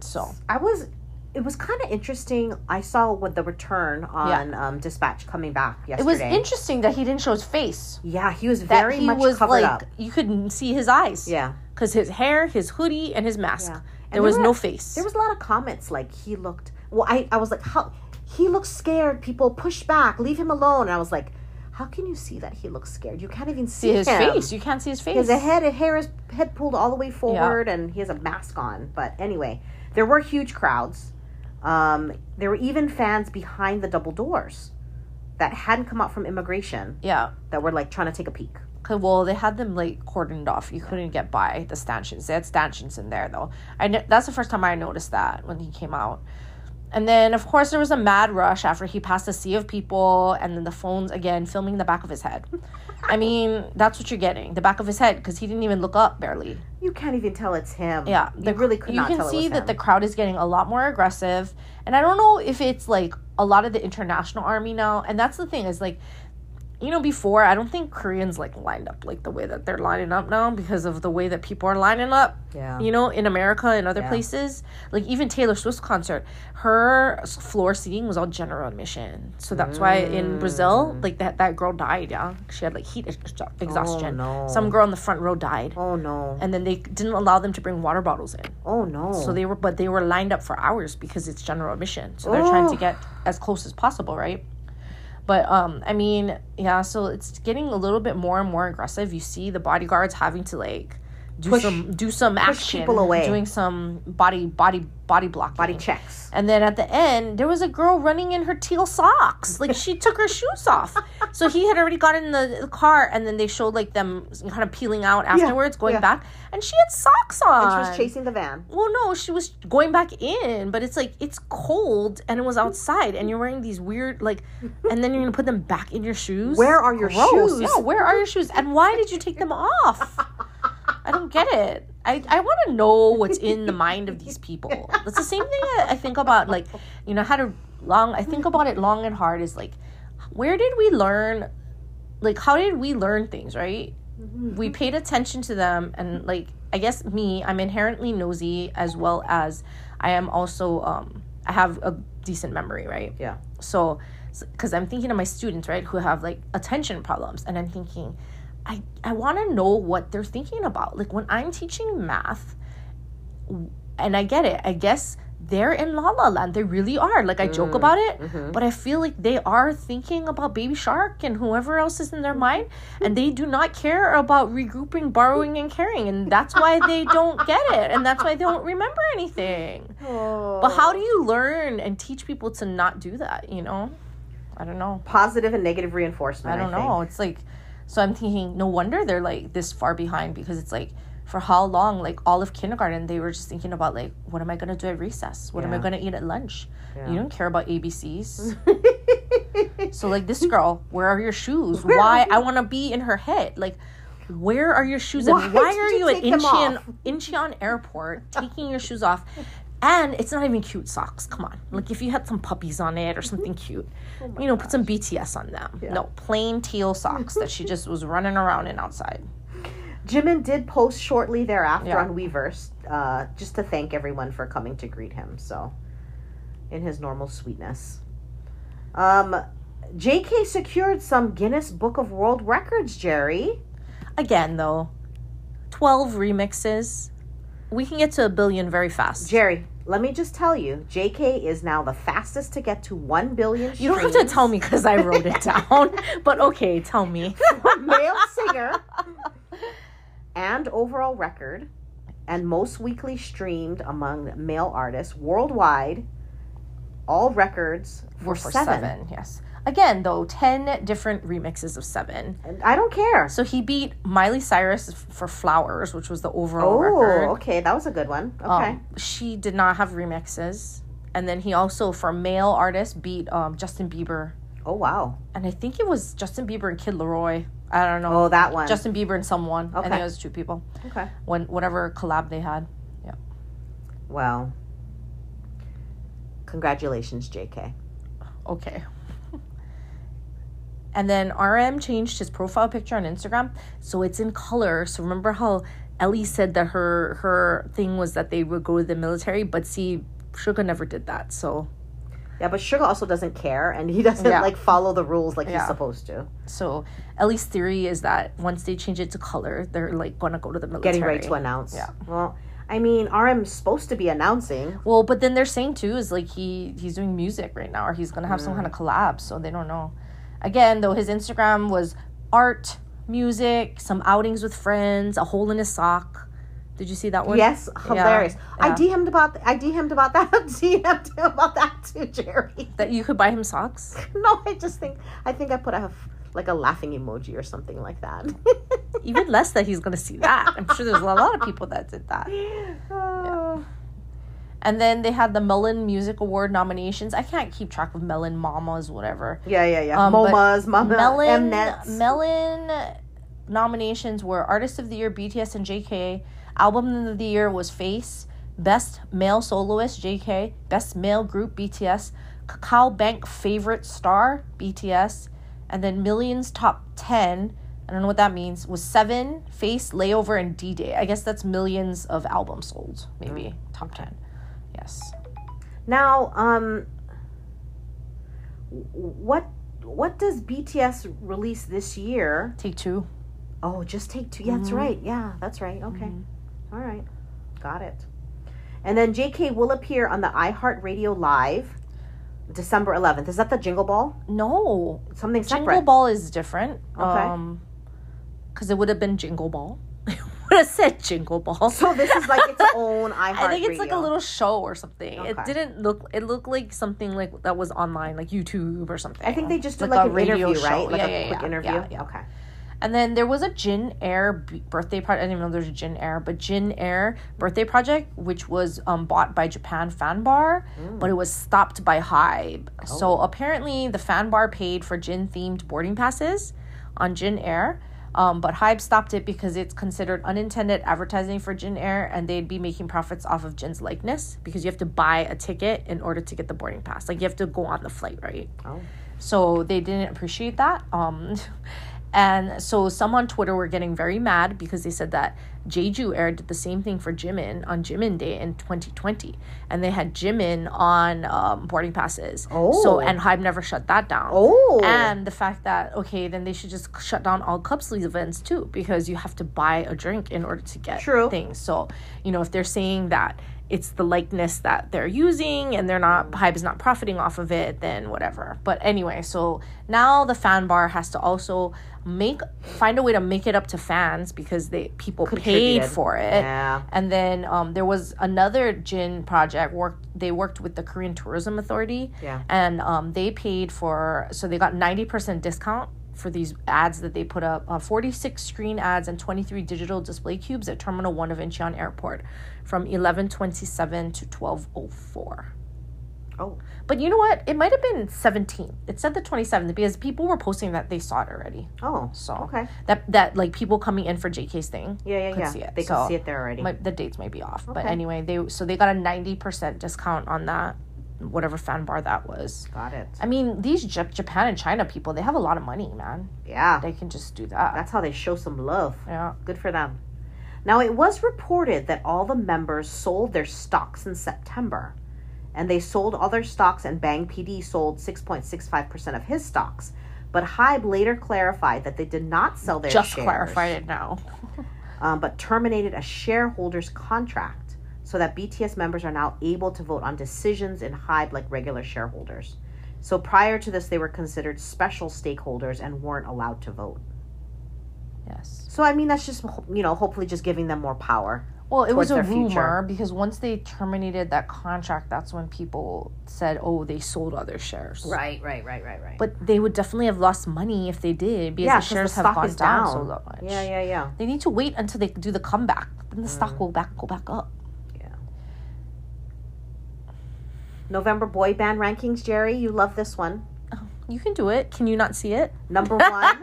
Speaker 2: So,
Speaker 1: I was, it was kind of interesting. I saw what the return on um, Dispatch coming back
Speaker 2: it was
Speaker 1: yesterday.
Speaker 2: interesting that he didn't show his face.
Speaker 1: yeah, he was
Speaker 2: that
Speaker 1: very
Speaker 2: he
Speaker 1: much
Speaker 2: was
Speaker 1: covered
Speaker 2: like
Speaker 1: up.
Speaker 2: you couldn't see his eyes.
Speaker 1: Yeah.
Speaker 2: Because his hair, his hoodie, and his mask.
Speaker 1: Yeah. And
Speaker 2: there
Speaker 1: there
Speaker 2: was
Speaker 1: were-
Speaker 2: no face.
Speaker 1: There was a lot of comments like he looked, well, I, I was like, how, he looks scared. People push back, leave him alone. And I was like, how can you see that he looks scared? You can't even see,
Speaker 2: see his
Speaker 1: him.
Speaker 2: face. You can't see his face.
Speaker 1: His head, his hair is head pulled all the way forward, and he has a mask on. But anyway, there were huge crowds. Um, there were even fans behind the double doors that hadn't come out from immigration
Speaker 2: yeah.
Speaker 1: that were like trying to take a peek.
Speaker 2: 'Cause- well, they had them like cordoned off. You couldn't get by the stanchions. They had stanchions in there though. I kn- that's the first time I noticed that when he came out. And then of course there was a mad rush after he passed a sea of people, and then the phones again filming the back of his head. I mean, that's what you're getting the back of his head because he didn't even look up barely.
Speaker 1: You can't even tell it's him.
Speaker 2: Yeah,
Speaker 1: you really could
Speaker 2: you
Speaker 1: not
Speaker 2: can
Speaker 1: tell
Speaker 2: see
Speaker 1: it was
Speaker 2: that the
Speaker 1: him.
Speaker 2: crowd is getting a lot more aggressive, and I don't know if it's like a lot of the international army now. And that's the thing is like, you know, before I don't think Koreans like lined up like the way that they're lining up now because of the way that people are lining up.
Speaker 1: Yeah.
Speaker 2: You know, in America and other
Speaker 1: Yeah.
Speaker 2: places, like even Taylor Swift's concert, her s- floor seating was all general admission. So that's why in Brazil,
Speaker 1: Mm.
Speaker 2: like that that girl died. Yeah, she had like heat ex- ex- exhaustion.
Speaker 1: Oh, no.
Speaker 2: Some girl in the front row died,
Speaker 1: Oh no.
Speaker 2: and then they didn't allow them to bring water bottles in.
Speaker 1: Oh no.
Speaker 2: So they were, but they were lined up for hours because it's general admission. So they're trying to
Speaker 1: Oof.
Speaker 2: get as close as possible, right? But um, I mean, yeah. So it's getting a little bit more and more aggressive. You see the bodyguards having to like do
Speaker 1: Push-
Speaker 2: some do some action,
Speaker 1: people away.
Speaker 2: doing some body body body blocking,
Speaker 1: body checks.
Speaker 2: and then at the end, there was a girl running in her teal socks. Like she took her shoes off. So he had already gotten in the, the car, and then they showed like them kind of peeling out afterwards, going
Speaker 1: yeah.
Speaker 2: back, and she had socks on.
Speaker 1: And she was chasing the van.
Speaker 2: Well, no, she was going back in, but it's like it's cold and it was outside, and you're wearing these weird like, and then you're gonna put them back in your shoes.
Speaker 1: Where are your shoes?
Speaker 2: Yeah, where are your shoes? And why did you take them off? *laughs* I don't get it. I, I want to know what's in the mind of these people. That's the same thing I, I think about. Like, you know, how to long. I think about it long and hard. Is like, where did we learn? Like, how did we learn things? Right? we paid attention to them and like i guess me i'm inherently nosy as well as i am also um i have a decent memory right
Speaker 1: Yeah.
Speaker 2: so because i'm thinking of my students right who have like attention problems and i'm thinking i i want to know what they're thinking about like when i'm teaching math w- and i get it i guess they're in la la land they really are like i joke about it
Speaker 1: Mhm.
Speaker 2: but I feel like they are thinking about Baby Shark and whoever else is in their mind, and they do not care about regrouping, borrowing, and caring, and that's why they don't get it, and that's why they don't remember anything.
Speaker 1: Oh.
Speaker 2: But how do you learn and teach people to not do that? You know, I don't know.
Speaker 1: Positive and negative reinforcement.
Speaker 2: I don't
Speaker 1: think.
Speaker 2: know. It's like, so I'm thinking, no wonder they're like this far behind because it's like, for how long, like all of kindergarten, they were just thinking about like, what am I gonna do at recess? What am I
Speaker 1: Yeah.
Speaker 2: gonna eat at lunch?
Speaker 1: Yeah.
Speaker 2: You don't care about ABCs.
Speaker 1: *laughs*
Speaker 2: So like this girl, where are your shoes?
Speaker 1: Where
Speaker 2: why
Speaker 1: are you-
Speaker 2: I want to be in her head. Like, where are your shoes?
Speaker 1: Why
Speaker 2: and why
Speaker 1: did
Speaker 2: are
Speaker 1: you
Speaker 2: you at
Speaker 1: take them
Speaker 2: Incheon
Speaker 1: off?
Speaker 2: Incheon Airport taking your shoes off? And it's not even cute socks. Come on, like if you had some puppies on it or something cute, you know, put some BTS on them.
Speaker 1: Oh Yeah.
Speaker 2: No plain teal socks
Speaker 1: *laughs*
Speaker 2: that she just was running around in outside.
Speaker 1: Jimin did post shortly thereafter
Speaker 2: Yeah.
Speaker 1: on Weverse, uh, just to thank everyone for coming to greet him. So, in his normal sweetness, um, J.K. secured some Guinness Book of World Records. Jerry,
Speaker 2: Again though, twelve remixes. We can get to a billion very fast.
Speaker 1: Jerry, let me just tell you, J.K. is now the fastest to get to one billion.
Speaker 2: you don't have to
Speaker 1: streams.
Speaker 2: tell me because I wrote it
Speaker 1: *laughs*
Speaker 2: down. but okay, tell me.
Speaker 1: male singer and overall record and most weekly streamed among male artists worldwide all records
Speaker 2: were
Speaker 1: for,
Speaker 2: for
Speaker 1: seven.
Speaker 2: seven. Yes. Again, though, ten different remixes of seven.
Speaker 1: And I don't care.
Speaker 2: So he beat Miley Cyrus f- for "Flowers," which was the overall
Speaker 1: Oh,
Speaker 2: record.
Speaker 1: okay, that was a good one.
Speaker 2: Um,
Speaker 1: Okay.
Speaker 2: she did not have remixes, and then he also, for male artist, beat um, Justin Bieber,
Speaker 1: oh wow.
Speaker 2: and I think it was Justin Bieber and Kid Leroy. I don't know.
Speaker 1: Oh, that one.
Speaker 2: Justin Bieber and someone. I think
Speaker 1: Okay.
Speaker 2: it was two people.
Speaker 1: okay.
Speaker 2: When whatever collab they had.
Speaker 1: Well, congratulations, J.K.
Speaker 2: Okay. And then RM changed his profile picture on Instagram, so it's in color. So remember how Ellie said that her her thing was that they would go to the military, but see, Sugar never did that. So
Speaker 1: Yeah, but Sugar also doesn't care, and he *laughs* doesn't
Speaker 2: Yeah.
Speaker 1: like follow the rules like
Speaker 2: Yeah.
Speaker 1: he's supposed to.
Speaker 2: so Ellie's theory is that once they change it to color, they're like gonna go to the military.
Speaker 1: Getting ready to announce.
Speaker 2: Yeah.
Speaker 1: Well, I mean, RM's supposed to be announcing.
Speaker 2: Well, but then they're saying too is like he he's doing music right now, or he's gonna have some kind of collab. So they don't know. Again, though, his Instagram was art, music, some outings with friends, a hole in his sock. Did you see that one?
Speaker 1: Yes, hilarious. I
Speaker 2: yeah.
Speaker 1: DM'd about th- I DM'd about that. *laughs* DM'd him about that too, Jerry. *laughs*
Speaker 2: That you could buy him socks.
Speaker 1: No, I just think I think I put a f- like a laughing emoji or something like that. *laughs*
Speaker 2: Even less that he's gonna see that. I'm sure there's a lot of people that did that.
Speaker 1: Oh.
Speaker 2: And then they had the Melon Music Award nominations. I can't keep track of Melon Mamas, whatever.
Speaker 1: yeah, yeah, yeah.
Speaker 2: Um, but
Speaker 1: MoMA's, Mama,
Speaker 2: Melon
Speaker 1: Mnets.
Speaker 2: Melon nominations were Artist of the Year BTS and JK. Album of the Year was Face. Best Male Soloist JK. Best Male Group BTS. Kakao Bank Favorite Star BTS. And then Millions Top 10, I don't know what that means, was Seven, Face, Layover, and D Day. I guess that's millions of albums sold, maybe. Top 10. Yes.
Speaker 1: Now, um, w- what what does BTS release this year?
Speaker 2: Take two.
Speaker 1: Oh, just take two. Yeah, that's
Speaker 2: Mhm.
Speaker 1: right. Yeah, that's right. Okay,
Speaker 2: Mm-hmm.
Speaker 1: All right, got it. And then JK will appear on the iHeartRadio Live, December 11th. Is that the Jingle Ball?
Speaker 2: No.
Speaker 1: Something
Speaker 2: Jingle
Speaker 1: separate.
Speaker 2: Ball is different.
Speaker 1: Okay.
Speaker 2: Um, because it would have been Jingle Ball. *laughs* it would have said Jingle
Speaker 1: *laughs*
Speaker 2: Ball.
Speaker 1: So Oh, this is like
Speaker 2: *laughs*
Speaker 1: its own iHeartRadio.
Speaker 2: I think it's like a little show or something. It
Speaker 1: Okay.
Speaker 2: didn't look. It looked like something like that was online, like YouTube or something.
Speaker 1: I think they just do
Speaker 2: Like
Speaker 1: like,
Speaker 2: a
Speaker 1: an
Speaker 2: radio
Speaker 1: interview,
Speaker 2: show.
Speaker 1: right? Like
Speaker 2: Yeah,
Speaker 1: a
Speaker 2: yeah,
Speaker 1: quick
Speaker 2: yeah,
Speaker 1: interview.
Speaker 2: yeah, yeah.
Speaker 1: Okay.
Speaker 2: And then there was a Jin Air b- birthday project. I didn't even know there was a Jin Air, but Jin Air birthday project, which was um, bought by Japan Fan Bar, but it was stopped by Hybe. So apparently, the Fan Bar paid for Jin themed boarding passes on Jin Air. Um, but Hybe stopped it because it's considered unintended advertising for Jin Air, and they'd be making profits off of Jin's likeness because you have to buy a ticket in order to get the boarding pass. Like you have to go on the flight, right?
Speaker 1: Oh.
Speaker 2: So they didn't appreciate that. Um, *laughs* and so some on Twitter were getting very mad because they said that Jeju Air did the same thing for Jimin on Jimin Day in 2020, and they had Jimin on um, boarding passes.
Speaker 1: Oh.
Speaker 2: so and Hype never shut that down.
Speaker 1: Oh.
Speaker 2: And the fact that okay, then they should just shut down all club sleeve events too, because you have to buy a drink in order to get
Speaker 1: True.
Speaker 2: things. So, you know, if they're saying that it's the likeness that they're using and they're not Hype is not profiting off of it, then whatever. But anyway, so now the fan bar has to also make find a way to make it up to fans because they people paid
Speaker 1: Contributed.
Speaker 2: for it.
Speaker 1: yeah.
Speaker 2: And then um, there was another gin project. Worked they worked with the Korean Tourism Authority.
Speaker 1: Yeah.
Speaker 2: And um, they paid for so they got ninety percent discount for these ads that they put up. Uh, Forty six screen ads and twenty three digital display cubes at Terminal One of Incheon Airport, from eleven twenty seven to twelve oh four.
Speaker 1: Oh.
Speaker 2: But you know what? It might have been seventeen. It said the twenty seventh because people were posting that they saw it already.
Speaker 1: Oh.
Speaker 2: So
Speaker 1: Okay.
Speaker 2: that that like people coming in for JK's thing.
Speaker 1: Yeah, yeah,
Speaker 2: Could
Speaker 1: yeah.
Speaker 2: see it.
Speaker 1: They
Speaker 2: So,
Speaker 1: can see it there already.
Speaker 2: Might, the dates might be off, but
Speaker 1: Okay.
Speaker 2: anyway, they so they got a ninety percent discount on that, whatever fan bar that was.
Speaker 1: Got it.
Speaker 2: I mean, these Jap- Japan and China people, they have a lot of money, man.
Speaker 1: Yeah.
Speaker 2: They can just do that.
Speaker 1: That's how they show some love.
Speaker 2: Yeah.
Speaker 1: Good for them. Now, it was reported that all the members sold their stocks in September, and they sold all their stocks, and Bang PD sold 6.65% of his stocks. But Hybe later clarified that they did not sell their
Speaker 2: Just
Speaker 1: shares,
Speaker 2: clarified it now.
Speaker 1: um, but terminated a shareholders contract so that BTS members are now able to vote on decisions in Hybe like regular shareholders. So prior to this, they were considered special stakeholders and weren't allowed to vote.
Speaker 2: Yes.
Speaker 1: So I mean, that's just you know, hopefully, just giving them more power.
Speaker 2: Well, it
Speaker 1: Towards
Speaker 2: was a
Speaker 1: their future.
Speaker 2: rumor because once they terminated that contract, that's when people said, "Oh, they sold other shares."
Speaker 1: Right, right, right, right, right.
Speaker 2: But they would definitely have lost money if they did because
Speaker 1: Yeah,
Speaker 2: the
Speaker 1: 'cause the
Speaker 2: shares have
Speaker 1: stock
Speaker 2: gone
Speaker 1: is
Speaker 2: down.
Speaker 1: down.
Speaker 2: so much.
Speaker 1: yeah, Mm. yeah, yeah.
Speaker 2: They need to wait until they do the comeback. Then the stock will back go back up.
Speaker 1: November boy band rankings, Jerry. You love this one.
Speaker 2: You can do it. Can you not see it?
Speaker 1: *laughs* Number one,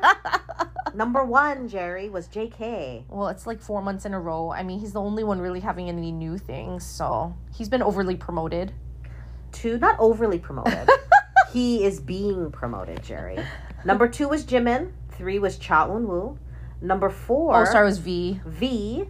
Speaker 1: number one, Jerry was J.K.
Speaker 2: *laughs* well, it's like four months in a row. I mean, he's the only one really having any new things, so he's been overly promoted.
Speaker 1: Two, not overly *laughs*
Speaker 2: *laughs*
Speaker 1: promoted. he is being promoted, Jerry. Number two was Jimin. Three was Cha Eun Woo. Number four,
Speaker 2: All Star was V.
Speaker 1: V.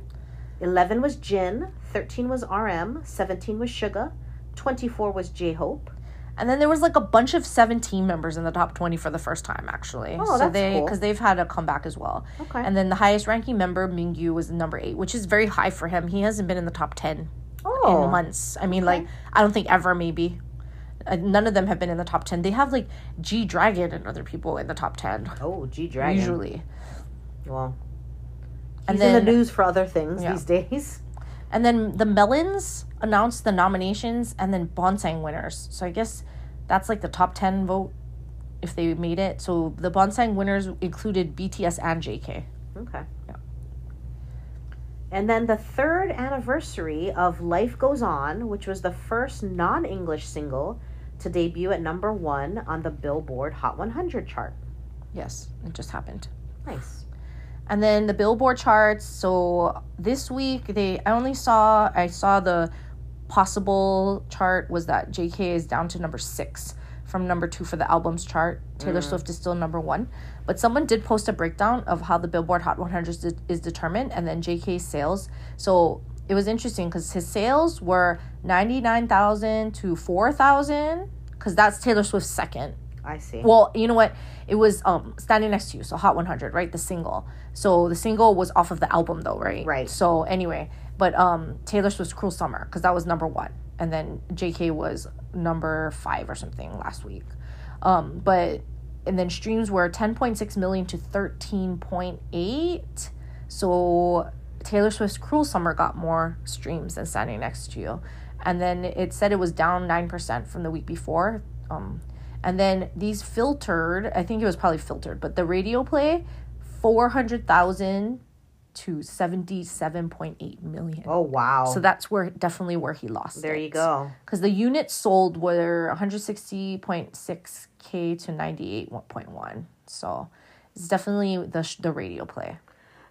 Speaker 1: Eleven was Jin. Thirteen was R.M. Seventeen was Suga. Twenty-four was J Hope.
Speaker 2: And then there was like a bunch of 17 members in the top 20 for the first time, actually.
Speaker 1: Oh,
Speaker 2: so
Speaker 1: that's
Speaker 2: they,
Speaker 1: cool.
Speaker 2: Because they've had a comeback as well.
Speaker 1: Okay.
Speaker 2: And then the highest ranking member, Mingyu, was number eight, which is very high for him. He hasn't been in the top 10
Speaker 1: Oh.
Speaker 2: in months. I mean, like, I don't think ever, maybe. Uh, none of them have been in the top 10. They have like G Dragon and other people in the top 10,
Speaker 1: Oh, G Dragon.
Speaker 2: usually.
Speaker 1: Well, he's
Speaker 2: And
Speaker 1: in the
Speaker 2: then-
Speaker 1: news for other things
Speaker 2: Yeah.
Speaker 1: these days.
Speaker 2: And then the Melons announced the nominations and then Bonsang winners. So I guess that's like the top 10 vote if they made it. So the Bonsang winners included BTS and JK.
Speaker 1: Okay.
Speaker 2: Yeah.
Speaker 1: And then the third anniversary of Life Goes On, which was the first non English single to debut at number one on the Billboard Hot 100 chart.
Speaker 2: Yes, it just happened.
Speaker 1: Nice.
Speaker 2: And then the Billboard charts. So this week they I only saw I saw the possible chart was that JK is down to number 6 from number two for the albums chart. Taylor Swift is still number one. But someone did post a breakdown of how the Billboard Hot 100 is, is determined and then JK's sales. So it was interesting because his sales were 99,000 to 4,000 because that's Taylor Swift's second.
Speaker 1: I see.
Speaker 2: Well, you know what? It was um standing next to you, so Hot 100, right? The single. So the single was off of the album, though, right?
Speaker 1: Right.
Speaker 2: So anyway, but um Taylor Swift's "Cruel Summer" because that was number one, and then J.K. was number five or something last week. Um, but and then streams were 10.6 million to 13.8. So Taylor Swift's "Cruel Summer" got more streams than "Standing Next to You," and then it said it was down nine percent from the week before. Um, and then these filtered, I think it was probably filtered, but the radio play, 400,000 to 77.8 million.
Speaker 1: oh wow.
Speaker 2: So that's where definitely where he lost.
Speaker 1: there you go.
Speaker 2: Because the units sold were 160.6k to 98.1. So it's definitely the sh- the radio play.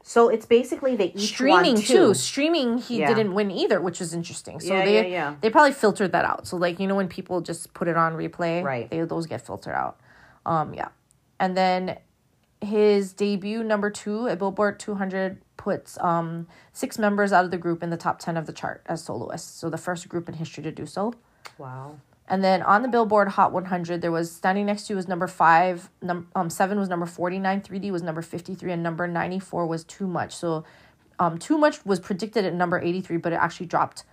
Speaker 1: So it's basically they each
Speaker 2: Streaming
Speaker 1: won
Speaker 2: too.
Speaker 1: two.
Speaker 2: Streaming he
Speaker 1: Yeah.
Speaker 2: didn't win either, which was interesting. So
Speaker 1: Yeah,
Speaker 2: they
Speaker 1: yeah, yeah.
Speaker 2: they probably filtered that out. So like you know when people just put it on replay,
Speaker 1: Right.
Speaker 2: They those get filtered out. Um, yeah, and then his debut number two at Billboard 200 puts um six members out of the group in the top ten of the chart as soloists. So the first group in history to do so.
Speaker 1: Wow.
Speaker 2: And then on the Billboard Hot 100, there was Standing Next to You was number five, num- um, seven was number 49, 3D was number 53, and number 94 was Too Much. So um, Too Much was predicted at number 83, but it actually dropped.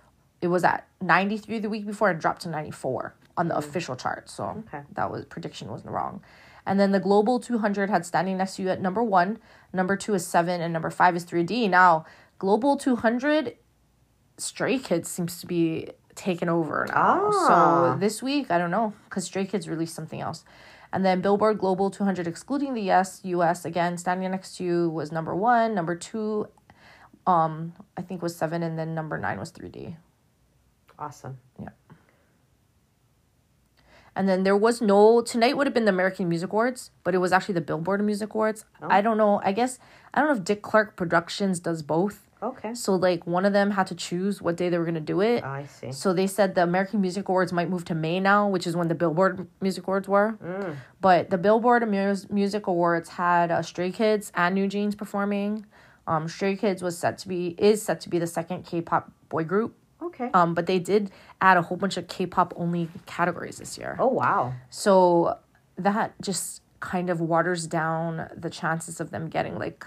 Speaker 2: It was at 93 the week before and dropped to 94 on the official chart. So
Speaker 1: Okay.
Speaker 2: that was prediction was wrong. And then the Global 200 had Standing Next to You at number one, number two is seven, and number five is 3D. Now, Global 200 Stray Kids seems to be taken over now.
Speaker 1: Ah.
Speaker 2: So this week, I don't know, because Stray Kids released something else. And then Billboard Global 200, excluding the US, US again, standing next to you was number one, number two, um, I think was seven, and then number nine was 3D.
Speaker 1: Awesome.
Speaker 2: And then there was no tonight would have been the American Music Awards, but it was actually the Billboard Music Awards. I don't know. I guess I don't know if Dick Clark Productions does both.
Speaker 1: Okay.
Speaker 2: So like one of them had to choose what day they were gonna do it.
Speaker 1: I see.
Speaker 2: So they said the American Music Awards might move to May now, which is when the Billboard Music Awards were.
Speaker 1: Mm.
Speaker 2: But the Billboard Mus- Music Awards had uh, Stray Kids and New Jeans performing. Um, Stray Kids was set to be is set to be the second K-pop boy group.
Speaker 1: Okay.
Speaker 2: Um, but they did add a whole bunch of K-pop only categories this year.
Speaker 1: oh wow.
Speaker 2: So that just kind of waters down the chances of them getting like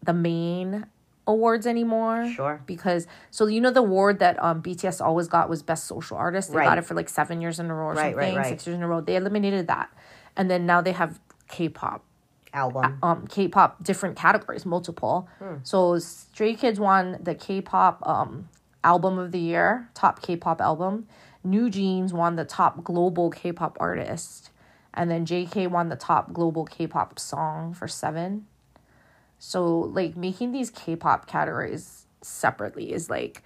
Speaker 2: the main awards anymore.
Speaker 1: Sure.
Speaker 2: Because so you know the award that um BTS always got was best social artist. They
Speaker 1: Right.
Speaker 2: got it for like seven years in a row or
Speaker 1: Right, right,
Speaker 2: something,
Speaker 1: right.
Speaker 2: six years in a row. They eliminated that. And then now they have K pop
Speaker 1: Album.
Speaker 2: um K-pop different categories, multiple. So Stray Kids won the K-pop um album of the year, top K-pop album. New Jeans won the top global K-pop artist, and then JK won the top global K-pop song for 7. So like making these K-pop categories separately is like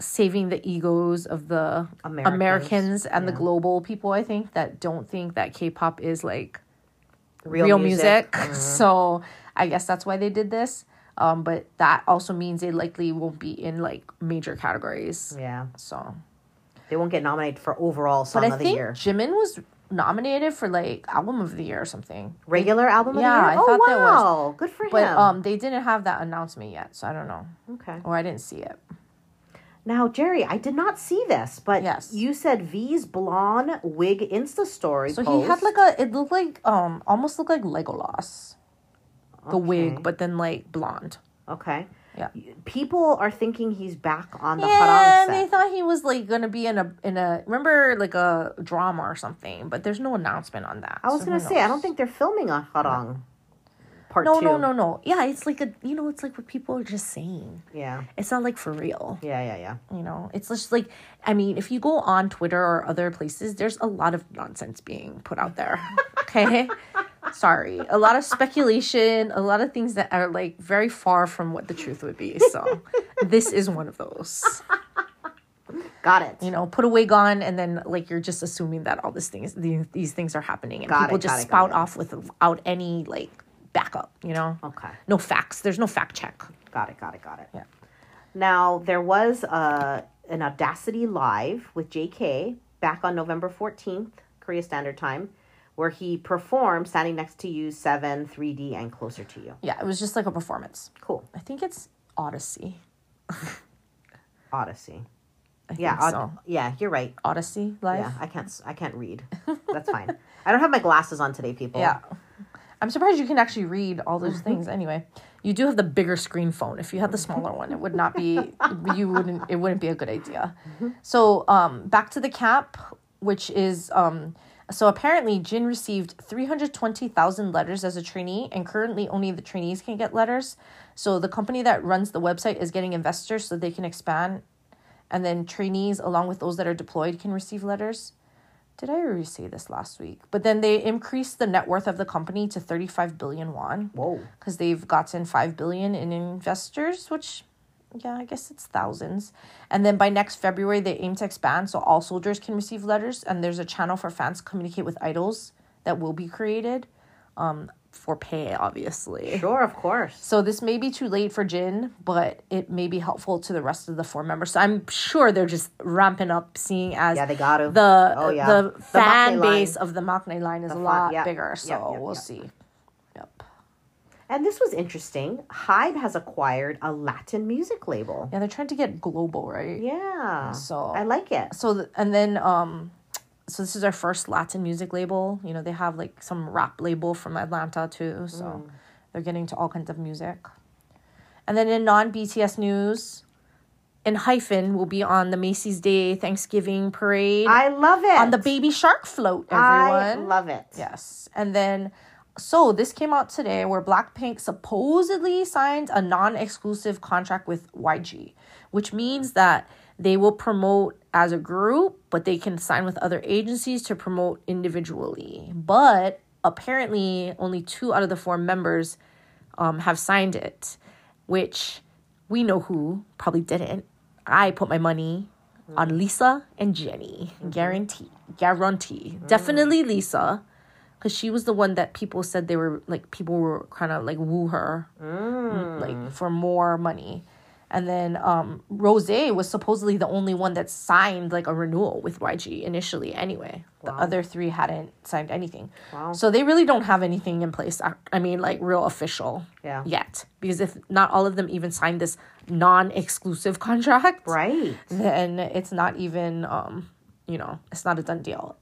Speaker 2: saving the egos of the
Speaker 1: Americans.
Speaker 2: Americans, and the global people I think that don't think that K-pop is like real, music.
Speaker 1: Uh-huh.
Speaker 2: *laughs* So I guess that's why they did this. Um, but that also means they likely won't be in like major categories.
Speaker 1: Mm, Yeah.
Speaker 2: So,
Speaker 1: They won't get nominated for overall song
Speaker 2: but I
Speaker 1: of the
Speaker 2: think
Speaker 1: year.
Speaker 2: Jimin was nominated for like album of the year or something.
Speaker 1: Regular album
Speaker 2: Yeah,
Speaker 1: of the year.
Speaker 2: I
Speaker 1: oh
Speaker 2: thought that was-
Speaker 1: wow. Good for
Speaker 2: But
Speaker 1: him.
Speaker 2: um, they didn't have that announcement yet, so I don't know,
Speaker 1: okay.
Speaker 2: or I didn't see it.
Speaker 1: Now, Jerry, I did not see this, but
Speaker 2: Yes.
Speaker 1: you said V's blonde wig Insta story.
Speaker 2: So
Speaker 1: post.
Speaker 2: he had like a, it looked like um, almost looked like Legolas, the
Speaker 1: Okay.
Speaker 2: wig, but then like blonde.
Speaker 1: Okay.
Speaker 2: Yeah.
Speaker 1: People are thinking he's back on the Harang
Speaker 2: Yeah, they
Speaker 1: set.
Speaker 2: thought he was like gonna be in a in a remember like a drama or something, but there's no announcement on that.
Speaker 1: I was
Speaker 2: so
Speaker 1: gonna
Speaker 2: who
Speaker 1: say I don't
Speaker 2: knows?
Speaker 1: think they're filming on Harang. Part
Speaker 2: No,
Speaker 1: two.
Speaker 2: no, no, no. Yeah, it's like a you know, it's like what people are just saying.
Speaker 1: Yeah.
Speaker 2: It's not like for real.
Speaker 1: Yeah. Yeah. Yeah.
Speaker 2: You know, it's just like I mean, if you go on Twitter or other places, there's a lot of nonsense being put out there. *laughs* Okay. Sorry. A lot of speculation, a lot of things that are like very far from what the truth would be. So this is one of those.
Speaker 1: Got it.
Speaker 2: you know, put a wig on, and then like you're just assuming that all these things, these, these things are happening, and
Speaker 1: Got
Speaker 2: people
Speaker 1: it, got
Speaker 2: just
Speaker 1: it, got
Speaker 2: spout off without any like backup. You know,
Speaker 1: Okay.
Speaker 2: no facts. There's no fact check.
Speaker 1: Got it. Got it. Got it.
Speaker 2: Yeah.
Speaker 1: Now there was uh, an Audacity Live with J.K. back on November fourteenth, Korea Standard Time, where he performed Standing Next to You, Seven, 3D, and Closer to You.
Speaker 2: Yeah, it was just like a performance.
Speaker 1: Cool.
Speaker 2: I think it's Odyssey.
Speaker 1: Odyssey.
Speaker 2: I
Speaker 1: Yeah,
Speaker 2: think
Speaker 1: Od-
Speaker 2: so.
Speaker 1: yeah, you're right.
Speaker 2: Odyssey Life.
Speaker 1: Yeah, I can't. s- I can't read. That's fine. I don't have my glasses on today, people.
Speaker 2: Yeah. Oh. Mm-hmm. I'm surprised you can actually read all those things. Anyway, you do have the bigger screen phone. If you had the smaller one, it would not be you wouldn't it wouldn't be a good idea. So, um back to the cap, which is um so apparently Jin received 320,000 letters as a trainee and currently only the trainees can get letters. So the company that runs the website is getting investors so they can expand and then trainees along with those that are deployed can receive letters did I already say this last week? But then they increased the net worth of the company to 35 billion won
Speaker 1: Whoa.
Speaker 2: because they've gotten 5 billion in investors, which, yeah, I guess it's thousands. And then by next February, they aim to expand so all soldiers can receive letters. And there's a channel for fans to communicate with idols that will be created um, for pay, obviously.
Speaker 1: Sure, of course.
Speaker 2: So this may be too late for Jin, but it may be helpful to the rest of the four members. So I'm sure they're just ramping up, seeing as
Speaker 1: Yeah, they gotta.
Speaker 2: the
Speaker 1: Oh, yeah.
Speaker 2: the,
Speaker 1: The
Speaker 2: fan
Speaker 1: Maknae line.
Speaker 2: base of the Maknae line is a
Speaker 1: fan-
Speaker 2: lot
Speaker 1: yeah,
Speaker 2: bigger. So
Speaker 1: yeah, yeah,
Speaker 2: we'll
Speaker 1: yeah.
Speaker 2: see. Yep.
Speaker 1: And this was interesting. Hybe has acquired a Latin music label.
Speaker 2: Yeah, they're trying to get global, right?
Speaker 1: Yeah.
Speaker 2: So-
Speaker 1: I like it.
Speaker 2: So th- and then um, so this is our first Latin music label. You know, they have like some rap label from Atlanta too. So
Speaker 1: Mm.
Speaker 2: they're getting to all kinds of music. And then in non BTS news, in hyphen will be on the Macy's Day Thanksgiving parade
Speaker 1: I love it.
Speaker 2: on the baby shark float.
Speaker 1: I
Speaker 2: Everyone.
Speaker 1: love it.
Speaker 2: Yes. And then, so this came out today where Blackpink supposedly signed a non exclusive contract with YG, which means that they will promote as a group, but they can sign with other agencies to promote individually. But apparently, only two out of the four members um, have signed it, which we know who probably didn't. I put my money on Lisa and Jenny. Guarantee. Guarantee. Definitely Lisa. Cause she was the one that people said they were like people were kind of like woo her
Speaker 1: Mm.
Speaker 2: like for more money, and then um, Rose was supposedly the only one that signed like a renewal with YG initially. Anyway, the other three hadn't signed anything,
Speaker 1: Wow.
Speaker 2: so they really don't have anything in place. I, I mean, like real official
Speaker 1: Yeah.
Speaker 2: yet, because if not all of them even signed this non-exclusive contract,
Speaker 1: Right.
Speaker 2: then it's not even um you know it's not a done deal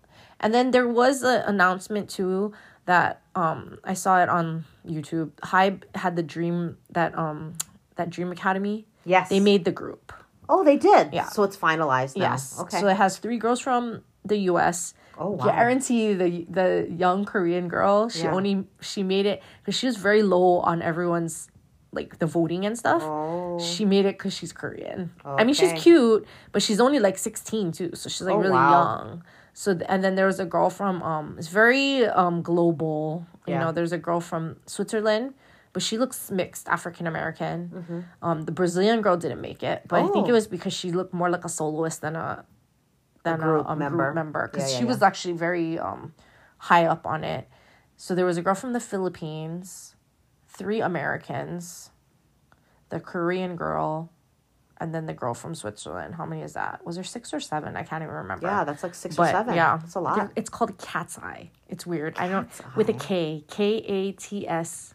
Speaker 2: and then there was an announcement too that um i saw it on youtube hype had the dream that um that dream academy
Speaker 1: Yes.
Speaker 2: they made the group
Speaker 1: Oh, they did.
Speaker 2: Yeah.
Speaker 1: So it's finalized. Now.
Speaker 2: yes
Speaker 1: Okay.
Speaker 2: so it has three girls from the us
Speaker 1: Oh, wow.
Speaker 2: guarantee the the young korean girl she
Speaker 1: Yeah.
Speaker 2: only she made it because she was very low on everyone's like the voting and stuff
Speaker 1: oh.
Speaker 2: she made it because she's Korean. I mean, she's
Speaker 1: Okay.
Speaker 2: cute, but she's only like 16 too, so she's like
Speaker 1: Oh,
Speaker 2: really
Speaker 1: wow.
Speaker 2: young. So th- and then there was a girl from um, it's very um global. You
Speaker 1: Yeah.
Speaker 2: know, there's a girl from Switzerland, but she looks mixed African American. Um, the Brazilian girl didn't make it, but I think
Speaker 1: Mm-hmm.
Speaker 2: it
Speaker 1: Oh.
Speaker 2: was because she looked more like a soloist than a than a,
Speaker 1: group
Speaker 2: um,
Speaker 1: member.
Speaker 2: group member because
Speaker 1: Yeah, yeah,
Speaker 2: she was actually very um high up on it. So there was a girl from the Philippines, three Americans, the Korean girl, and then the girl from Switzerland. How many is that? Was there six or seven? I can't even remember.
Speaker 1: Yeah, that's like six
Speaker 2: but
Speaker 1: or seven.
Speaker 2: yeah,
Speaker 1: It's a lot.
Speaker 2: They're- It's called cat's eye. It's weird. I don't with a K, K A T S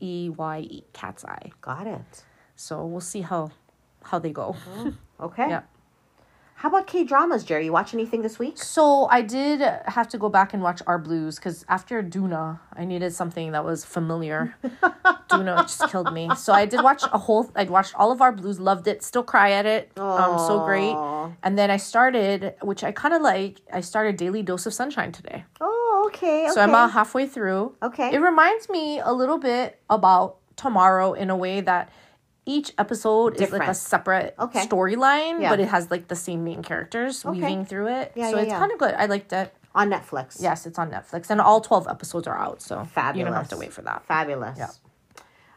Speaker 2: E Y E, cat's eye.
Speaker 1: Got it.
Speaker 2: So we'll see how how they go.
Speaker 1: Oh. Okay.
Speaker 2: Yeah.
Speaker 1: How about K dramas, Jerry? You watch anything this week?
Speaker 2: So I did have to go back and watch Our Blues because after Duna, I needed something that was
Speaker 1: *laughs*
Speaker 2: familiar. Duna just killed me. So I did watch a whole. I watched all of Our Blues. Loved it. Still cry at it. Um, so great.
Speaker 1: Aw.
Speaker 2: And then I started, which I kind of like. I started Daily Dose of Sunshine today,
Speaker 1: Oh, okay.
Speaker 2: so I'm
Speaker 1: okay.
Speaker 2: about halfway through.
Speaker 1: Okay.
Speaker 2: It reminds me a little bit about tomorrow in a way that each episode is like a
Speaker 1: Different.
Speaker 2: separate
Speaker 1: Okay.
Speaker 2: storyline,
Speaker 1: Yeah.
Speaker 2: but it has like the same main characters weaving through it.
Speaker 1: Yeah,
Speaker 2: so
Speaker 1: yeah,
Speaker 2: it's
Speaker 1: yeah.
Speaker 2: kind of good. I liked it.
Speaker 1: on Netflix.
Speaker 2: Yes, it's on Netflix, and all twelve episodes are out. So you don't have
Speaker 1: Fabulous.
Speaker 2: to wait for that.
Speaker 1: Fabulous.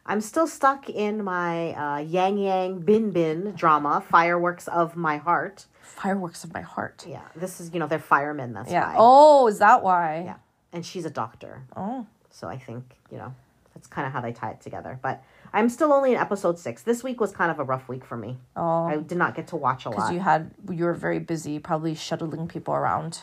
Speaker 1: I'm still stuck in my uh, Yang Yang Bin Bin drama, Fireworks of My Heart.
Speaker 2: Fireworks of my heart.
Speaker 1: Yeah, this is, you know, they're firemen, that's
Speaker 2: Yeah.
Speaker 1: why.
Speaker 2: Oh, is that why?
Speaker 1: Yeah. And she's a doctor.
Speaker 2: Oh.
Speaker 1: So I think, you know, that's kind of how they tie it together. But I'm still only in episode six. This week was kind of a rough week for me. I
Speaker 2: Oh.
Speaker 1: did not get to watch a
Speaker 2: Because
Speaker 1: lot.
Speaker 2: you had you were very busy, probably shuttling people around.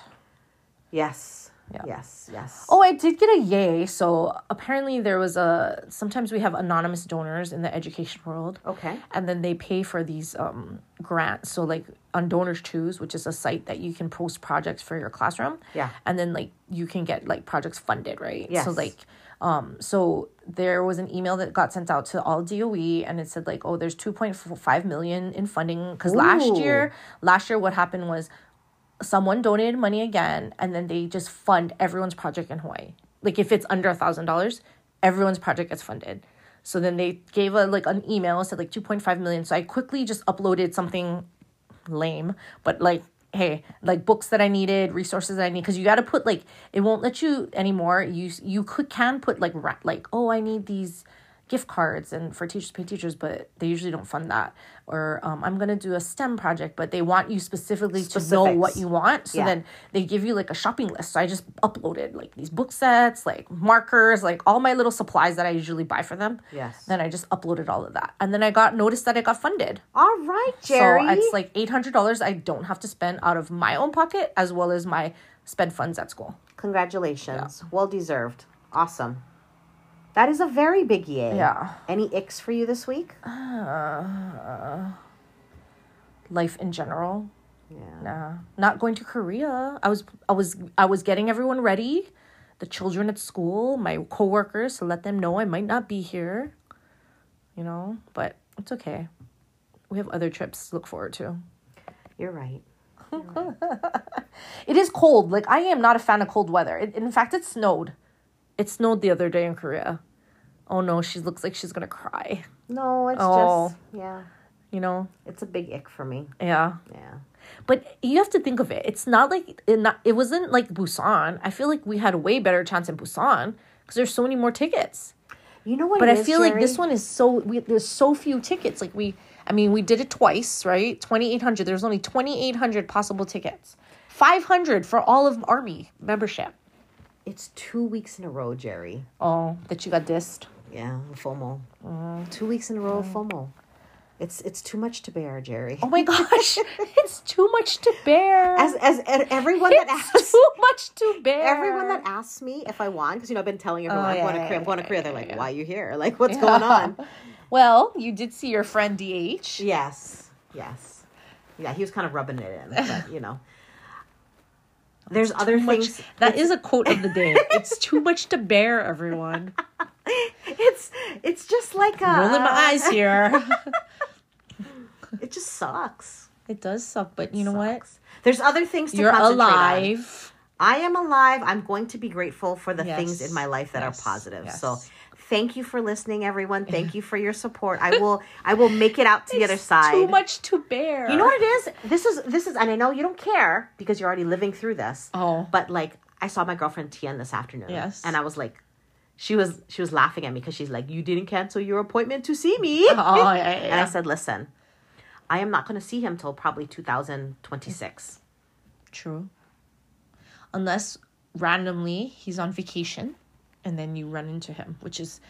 Speaker 1: Yes.
Speaker 2: Yeah.
Speaker 1: Yes. Yes.
Speaker 2: Oh, I did get a yay. So apparently there was a sometimes we have anonymous donors in the education world.
Speaker 1: Okay.
Speaker 2: and then they pay for these um, grants. So like on Donors Choose, which is a site that you can post projects for your classroom.
Speaker 1: Yeah.
Speaker 2: And then like you can get like projects funded, right?
Speaker 1: Yes.
Speaker 2: So like um so there was an email that got sent out to all DOE and it said like oh there's 2.5 million in funding cuz last
Speaker 1: Ooh.
Speaker 2: year last year what happened was someone donated money again and then they just fund everyone's project in Hawaii. Like if it's under a thousand dollars, everyone's project gets funded. So then they gave a like an email said like two point five million. So I quickly just uploaded something lame, but like hey, like books that I needed, resources that I need, because you got to put like it won't let you anymore. You s- you could can put like ra- like oh I need these gift cards and for teachers to pay teachers, but they usually don't fund that. Or um, I'm gonna do a STEM project, but they want you specifically to know what
Speaker 1: Specifics.
Speaker 2: you want. So
Speaker 1: Yeah.
Speaker 2: then they give you like a shopping list. So I just uploaded like these book sets, like markers, like all my little supplies that I usually buy for them.
Speaker 1: Yes.
Speaker 2: Then I just uploaded all of that, and then I got noticed that it got funded.
Speaker 1: All right, Jerry.
Speaker 2: So it's like eight hundred dollars I don't have to spend out of my own pocket as well as my spend funds at school.
Speaker 1: Congratulations. Well deserved. Awesome. That is a very big yay.
Speaker 2: Yeah. Uh,
Speaker 1: Any icks for you this week?
Speaker 2: Life in general.
Speaker 1: Yeah.
Speaker 2: Nah. Not going to Korea. I was I was I was getting everyone ready. The children at school, my coworkers, to let them know I might not be here. You know, but it's okay. We have other trips to look forward to.
Speaker 1: You're right.
Speaker 2: It is cold. Like I am not a fan of cold weather. It, in fact, it snowed. It snowed the other day in Korea. Oh no, she looks like she's gonna cry.
Speaker 1: No, it's
Speaker 2: Oh.
Speaker 1: just yeah.
Speaker 2: You know?
Speaker 1: It's a big ick for me.
Speaker 2: Yeah.
Speaker 1: Yeah.
Speaker 2: But you have to think of it. It's not like it, not, it wasn't like Busan. I feel like we had a way better chance in Busan because there's so many more tickets.
Speaker 1: You know what?
Speaker 2: But
Speaker 1: it
Speaker 2: I
Speaker 1: is,
Speaker 2: feel like
Speaker 1: Jerry?
Speaker 2: this one is so we, there's so few tickets. Like we, I mean, we did it twice, right? Twenty eight hundred. There's only twenty eight hundred possible tickets. Five hundred for all of Army membership.
Speaker 1: It's two weeks in a row, Jerry.
Speaker 2: Oh, that you got dissed.
Speaker 1: Yeah, FOMO.
Speaker 2: Mm-hmm.
Speaker 1: two weeks in a row, of FOMO. It's it's too much to bear, Jerry.
Speaker 2: Mm. Oh my gosh, *laughs* it's too much to bear.
Speaker 1: As as and everyone *laughs* that
Speaker 2: it's
Speaker 1: asks,
Speaker 2: too much to bear.
Speaker 1: everyone that asks me if I want, because you know I've been telling everyone
Speaker 2: Oh,
Speaker 1: I'm
Speaker 2: yeah,
Speaker 1: going to
Speaker 2: yeah,
Speaker 1: Korea. I'm
Speaker 2: yeah,
Speaker 1: going to Korea. They're like, why are you here? Like, what's
Speaker 2: Yeah.
Speaker 1: going on?
Speaker 2: *laughs* Well, you did see your friend DH.
Speaker 1: Yes, yes, yeah. He was kind of rubbing it in, but you
Speaker 2: *laughs*
Speaker 1: know. There's other
Speaker 2: much-
Speaker 1: things. *laughs*
Speaker 2: That is a quote of the day. it's too much to bear, everyone.
Speaker 1: It's it's just like a.
Speaker 2: Rolling my eyes
Speaker 1: *laughs*
Speaker 2: here.
Speaker 1: It just sucks.
Speaker 2: it does suck, but you know
Speaker 1: Sucks. There's other things to
Speaker 2: what? You're
Speaker 1: concentrate on.
Speaker 2: alive.
Speaker 1: I am alive. I'm going to be grateful for the things
Speaker 2: Yes.
Speaker 1: in my life that
Speaker 2: Yes.
Speaker 1: are positive.
Speaker 2: Yes.
Speaker 1: So thank you for listening, everyone. Thank you for your support.
Speaker 2: *laughs*
Speaker 1: I will I will make it out to the other
Speaker 2: It's
Speaker 1: side.
Speaker 2: Too much to bear.
Speaker 1: You know what it is? This is this is and I know you don't care because you're already living through this.
Speaker 2: Oh.
Speaker 1: But like I saw my girlfriend Tian this afternoon.
Speaker 2: Yes.
Speaker 1: And I was like she was she was laughing at me because she's like, You didn't cancel your appointment to see me.
Speaker 2: *laughs* Oh, yeah, yeah,
Speaker 1: And I
Speaker 2: yeah.
Speaker 1: said, Listen, I am not gonna see him till probably two thousand twenty six.
Speaker 2: True. Unless randomly he's on vacation and then you run into him, which is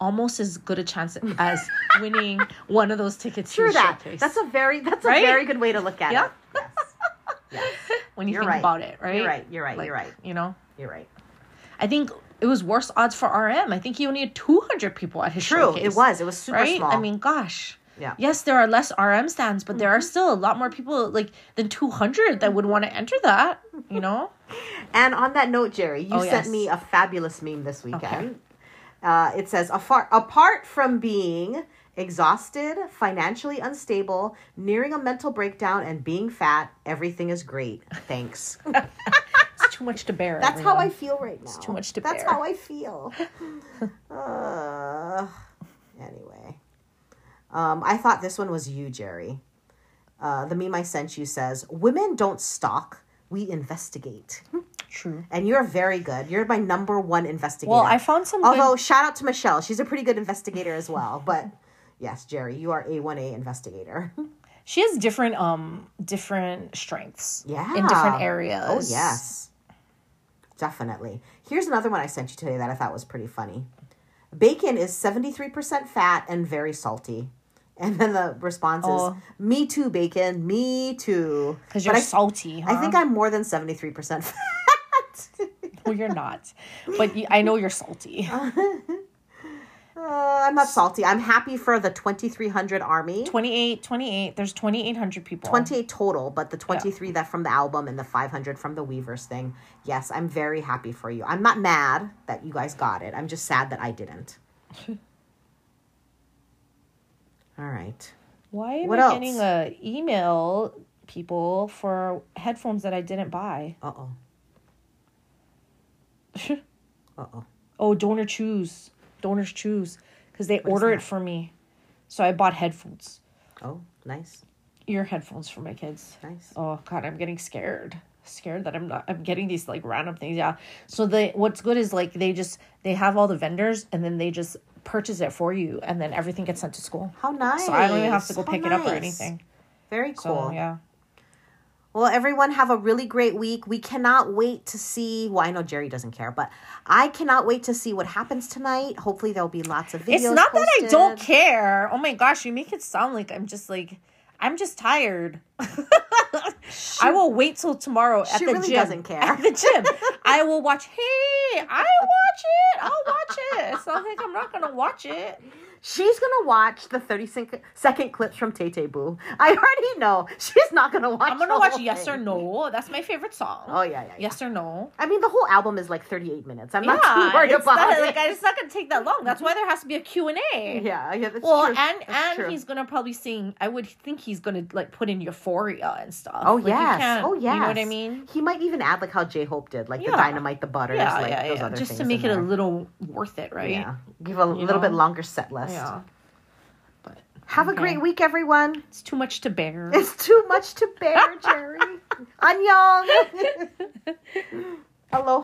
Speaker 2: almost as good
Speaker 1: *laughs*
Speaker 2: a chance as winning one of those tickets to
Speaker 1: True
Speaker 2: the
Speaker 1: that.
Speaker 2: showcase.
Speaker 1: That's a very that's
Speaker 2: Right?
Speaker 1: a very good way to look at
Speaker 2: Yeah.
Speaker 1: it. Yes.
Speaker 2: when you
Speaker 1: You're
Speaker 2: think
Speaker 1: right.
Speaker 2: about it, right?
Speaker 1: You're right. You're right.
Speaker 2: Like,
Speaker 1: you're right.
Speaker 2: You know?
Speaker 1: You're
Speaker 2: *laughs*
Speaker 1: right.
Speaker 2: I think it was worse odds for RM. I think he only had 200 people at his
Speaker 1: True.
Speaker 2: showcase.
Speaker 1: It was. It was super
Speaker 2: right?
Speaker 1: small.
Speaker 2: I mean, gosh.
Speaker 1: Yeah. Mm-hmm.
Speaker 2: Yes, there are less RM stands, but there are still a lot more people like than 200 that would want to enter that, you know?
Speaker 1: and on that note, Jerry, you
Speaker 2: Oh,
Speaker 1: sent
Speaker 2: yes.
Speaker 1: me a fabulous meme this weekend. Uh, it says, apart, apart from being exhausted, financially unstable, nearing a mental breakdown, and being fat, everything is great.
Speaker 2: *laughs*
Speaker 1: Thanks.
Speaker 2: *laughs* It's too much to bear.
Speaker 1: That's how I
Speaker 2: everyone.
Speaker 1: feel right now. It's
Speaker 2: too much to
Speaker 1: That's
Speaker 2: bear.
Speaker 1: how I
Speaker 2: *laughs*
Speaker 1: feel. uh, anyway, um, I thought this one was you, Jerry. Uh, the meme I sent you says, "Women don't stalk; we
Speaker 2: *laughs*
Speaker 1: investigate."
Speaker 2: True.
Speaker 1: And you're very good. You're my number one investigator.
Speaker 2: Well, I found some
Speaker 1: Although
Speaker 2: good-
Speaker 1: shout out to Michelle, she's a pretty good investigator as well. But yes, Jerry, you are a one A investigator.
Speaker 2: she has different um different strengths
Speaker 1: Yeah.
Speaker 2: in different areas.
Speaker 1: Oh, yes. Definitely. Here's another one I sent you today that I thought was pretty funny. Bacon is 73% fat and very salty. And then the response is,
Speaker 2: Oh.
Speaker 1: me too, bacon, me too.
Speaker 2: Because
Speaker 1: But
Speaker 2: you're
Speaker 1: I,
Speaker 2: *laughs* salty. Huh?
Speaker 1: I think I'm more than 73% *laughs* fat.
Speaker 2: you're not, but you, I know
Speaker 1: *laughs*
Speaker 2: you're salty.
Speaker 1: Uh, I'm not salty. I'm happy for the 2,300 army.
Speaker 2: 28, 28. There's 2,800 people.
Speaker 1: 28 total, but the 23 that from the album and the 500 from the Weavers thing. Yes, I'm very happy for you. I'm not mad that you guys got it. I'm just sad that I
Speaker 2: *laughs*
Speaker 1: didn't. All right.
Speaker 2: Why am
Speaker 1: What
Speaker 2: I
Speaker 1: else?
Speaker 2: getting a email people for headphones that I didn't buy?
Speaker 1: Uh
Speaker 2: *laughs*
Speaker 1: oh. Uh oh.
Speaker 2: oh, donor choose. Donors choose because they order it for me. So I bought headphones.
Speaker 1: Oh, nice.
Speaker 2: Ear headphones for my kids.
Speaker 1: Nice.
Speaker 2: Oh god, I'm getting scared. Scared that I'm not I'm getting these like random things. Yeah. So they what's good is like they just they have all the vendors and then they just purchase it for you and then everything gets sent to school.
Speaker 1: How nice.
Speaker 2: So I don't even have to go
Speaker 1: How
Speaker 2: pick it up or
Speaker 1: nice.
Speaker 2: anything.
Speaker 1: Very
Speaker 2: So
Speaker 1: cool.
Speaker 2: yeah.
Speaker 1: Well, everyone have a really great week. We cannot wait to see. Well, I know Jerry doesn't care, but I cannot wait to see what happens tonight. Hopefully, there'll be lots of videos.
Speaker 2: It's not that I don't
Speaker 1: posted.
Speaker 2: care. Oh my gosh, you make it sound like I'm just like I'm just tired. *laughs* I will wait till tomorrow at
Speaker 1: she
Speaker 2: the
Speaker 1: really
Speaker 2: gym.
Speaker 1: doesn't care.
Speaker 2: *laughs* At the gym, I will watch. Hey, I
Speaker 1: *laughs*
Speaker 2: watch it. I'll watch it. It's not like I'm not gonna watch it.
Speaker 1: She's gonna watch the 30 sec- second clips from Tay Tay Boo. I already know *laughs* she's not gonna watch.
Speaker 2: I'm gonna
Speaker 1: the
Speaker 2: watch
Speaker 1: whole
Speaker 2: Yes or
Speaker 1: thing.
Speaker 2: No. That's my favorite song.
Speaker 1: Oh yeah, yeah, yeah.
Speaker 2: Yes or No.
Speaker 1: I mean, the whole album is like 38 minutes. I'm
Speaker 2: yeah,
Speaker 1: not too worried
Speaker 2: it's
Speaker 1: about
Speaker 2: not,
Speaker 1: it.
Speaker 2: like it's not gonna take that long. That's why there has to be a Q and A.
Speaker 1: *laughs* yeah, yeah, that's
Speaker 2: Well,
Speaker 1: true.
Speaker 2: and
Speaker 1: That's
Speaker 2: and
Speaker 1: true.
Speaker 2: he's gonna probably sing. I would think he's gonna like put in Euphoria and stuff.
Speaker 1: Oh
Speaker 2: like, you
Speaker 1: yes,
Speaker 2: can't-
Speaker 1: oh yes.
Speaker 2: You know what I mean?
Speaker 1: He might even add like how J Hope did, like
Speaker 2: Yeah.
Speaker 1: the dynamite, the butters,
Speaker 2: Yeah,
Speaker 1: like
Speaker 2: yeah,
Speaker 1: those
Speaker 2: yeah.
Speaker 1: other
Speaker 2: Just to
Speaker 1: things
Speaker 2: make
Speaker 1: in
Speaker 2: it a
Speaker 1: there.
Speaker 2: little worth it, right?
Speaker 1: Yeah, give a little bit
Speaker 2: know?
Speaker 1: longer set list.
Speaker 2: Yeah. But
Speaker 1: Have a
Speaker 2: Okay.
Speaker 1: great week, everyone.
Speaker 2: it's too much
Speaker 1: *laughs*
Speaker 2: to bear.
Speaker 1: It's
Speaker 2: *laughs*
Speaker 1: too much to bear, Jerry. Annyeong. Hello.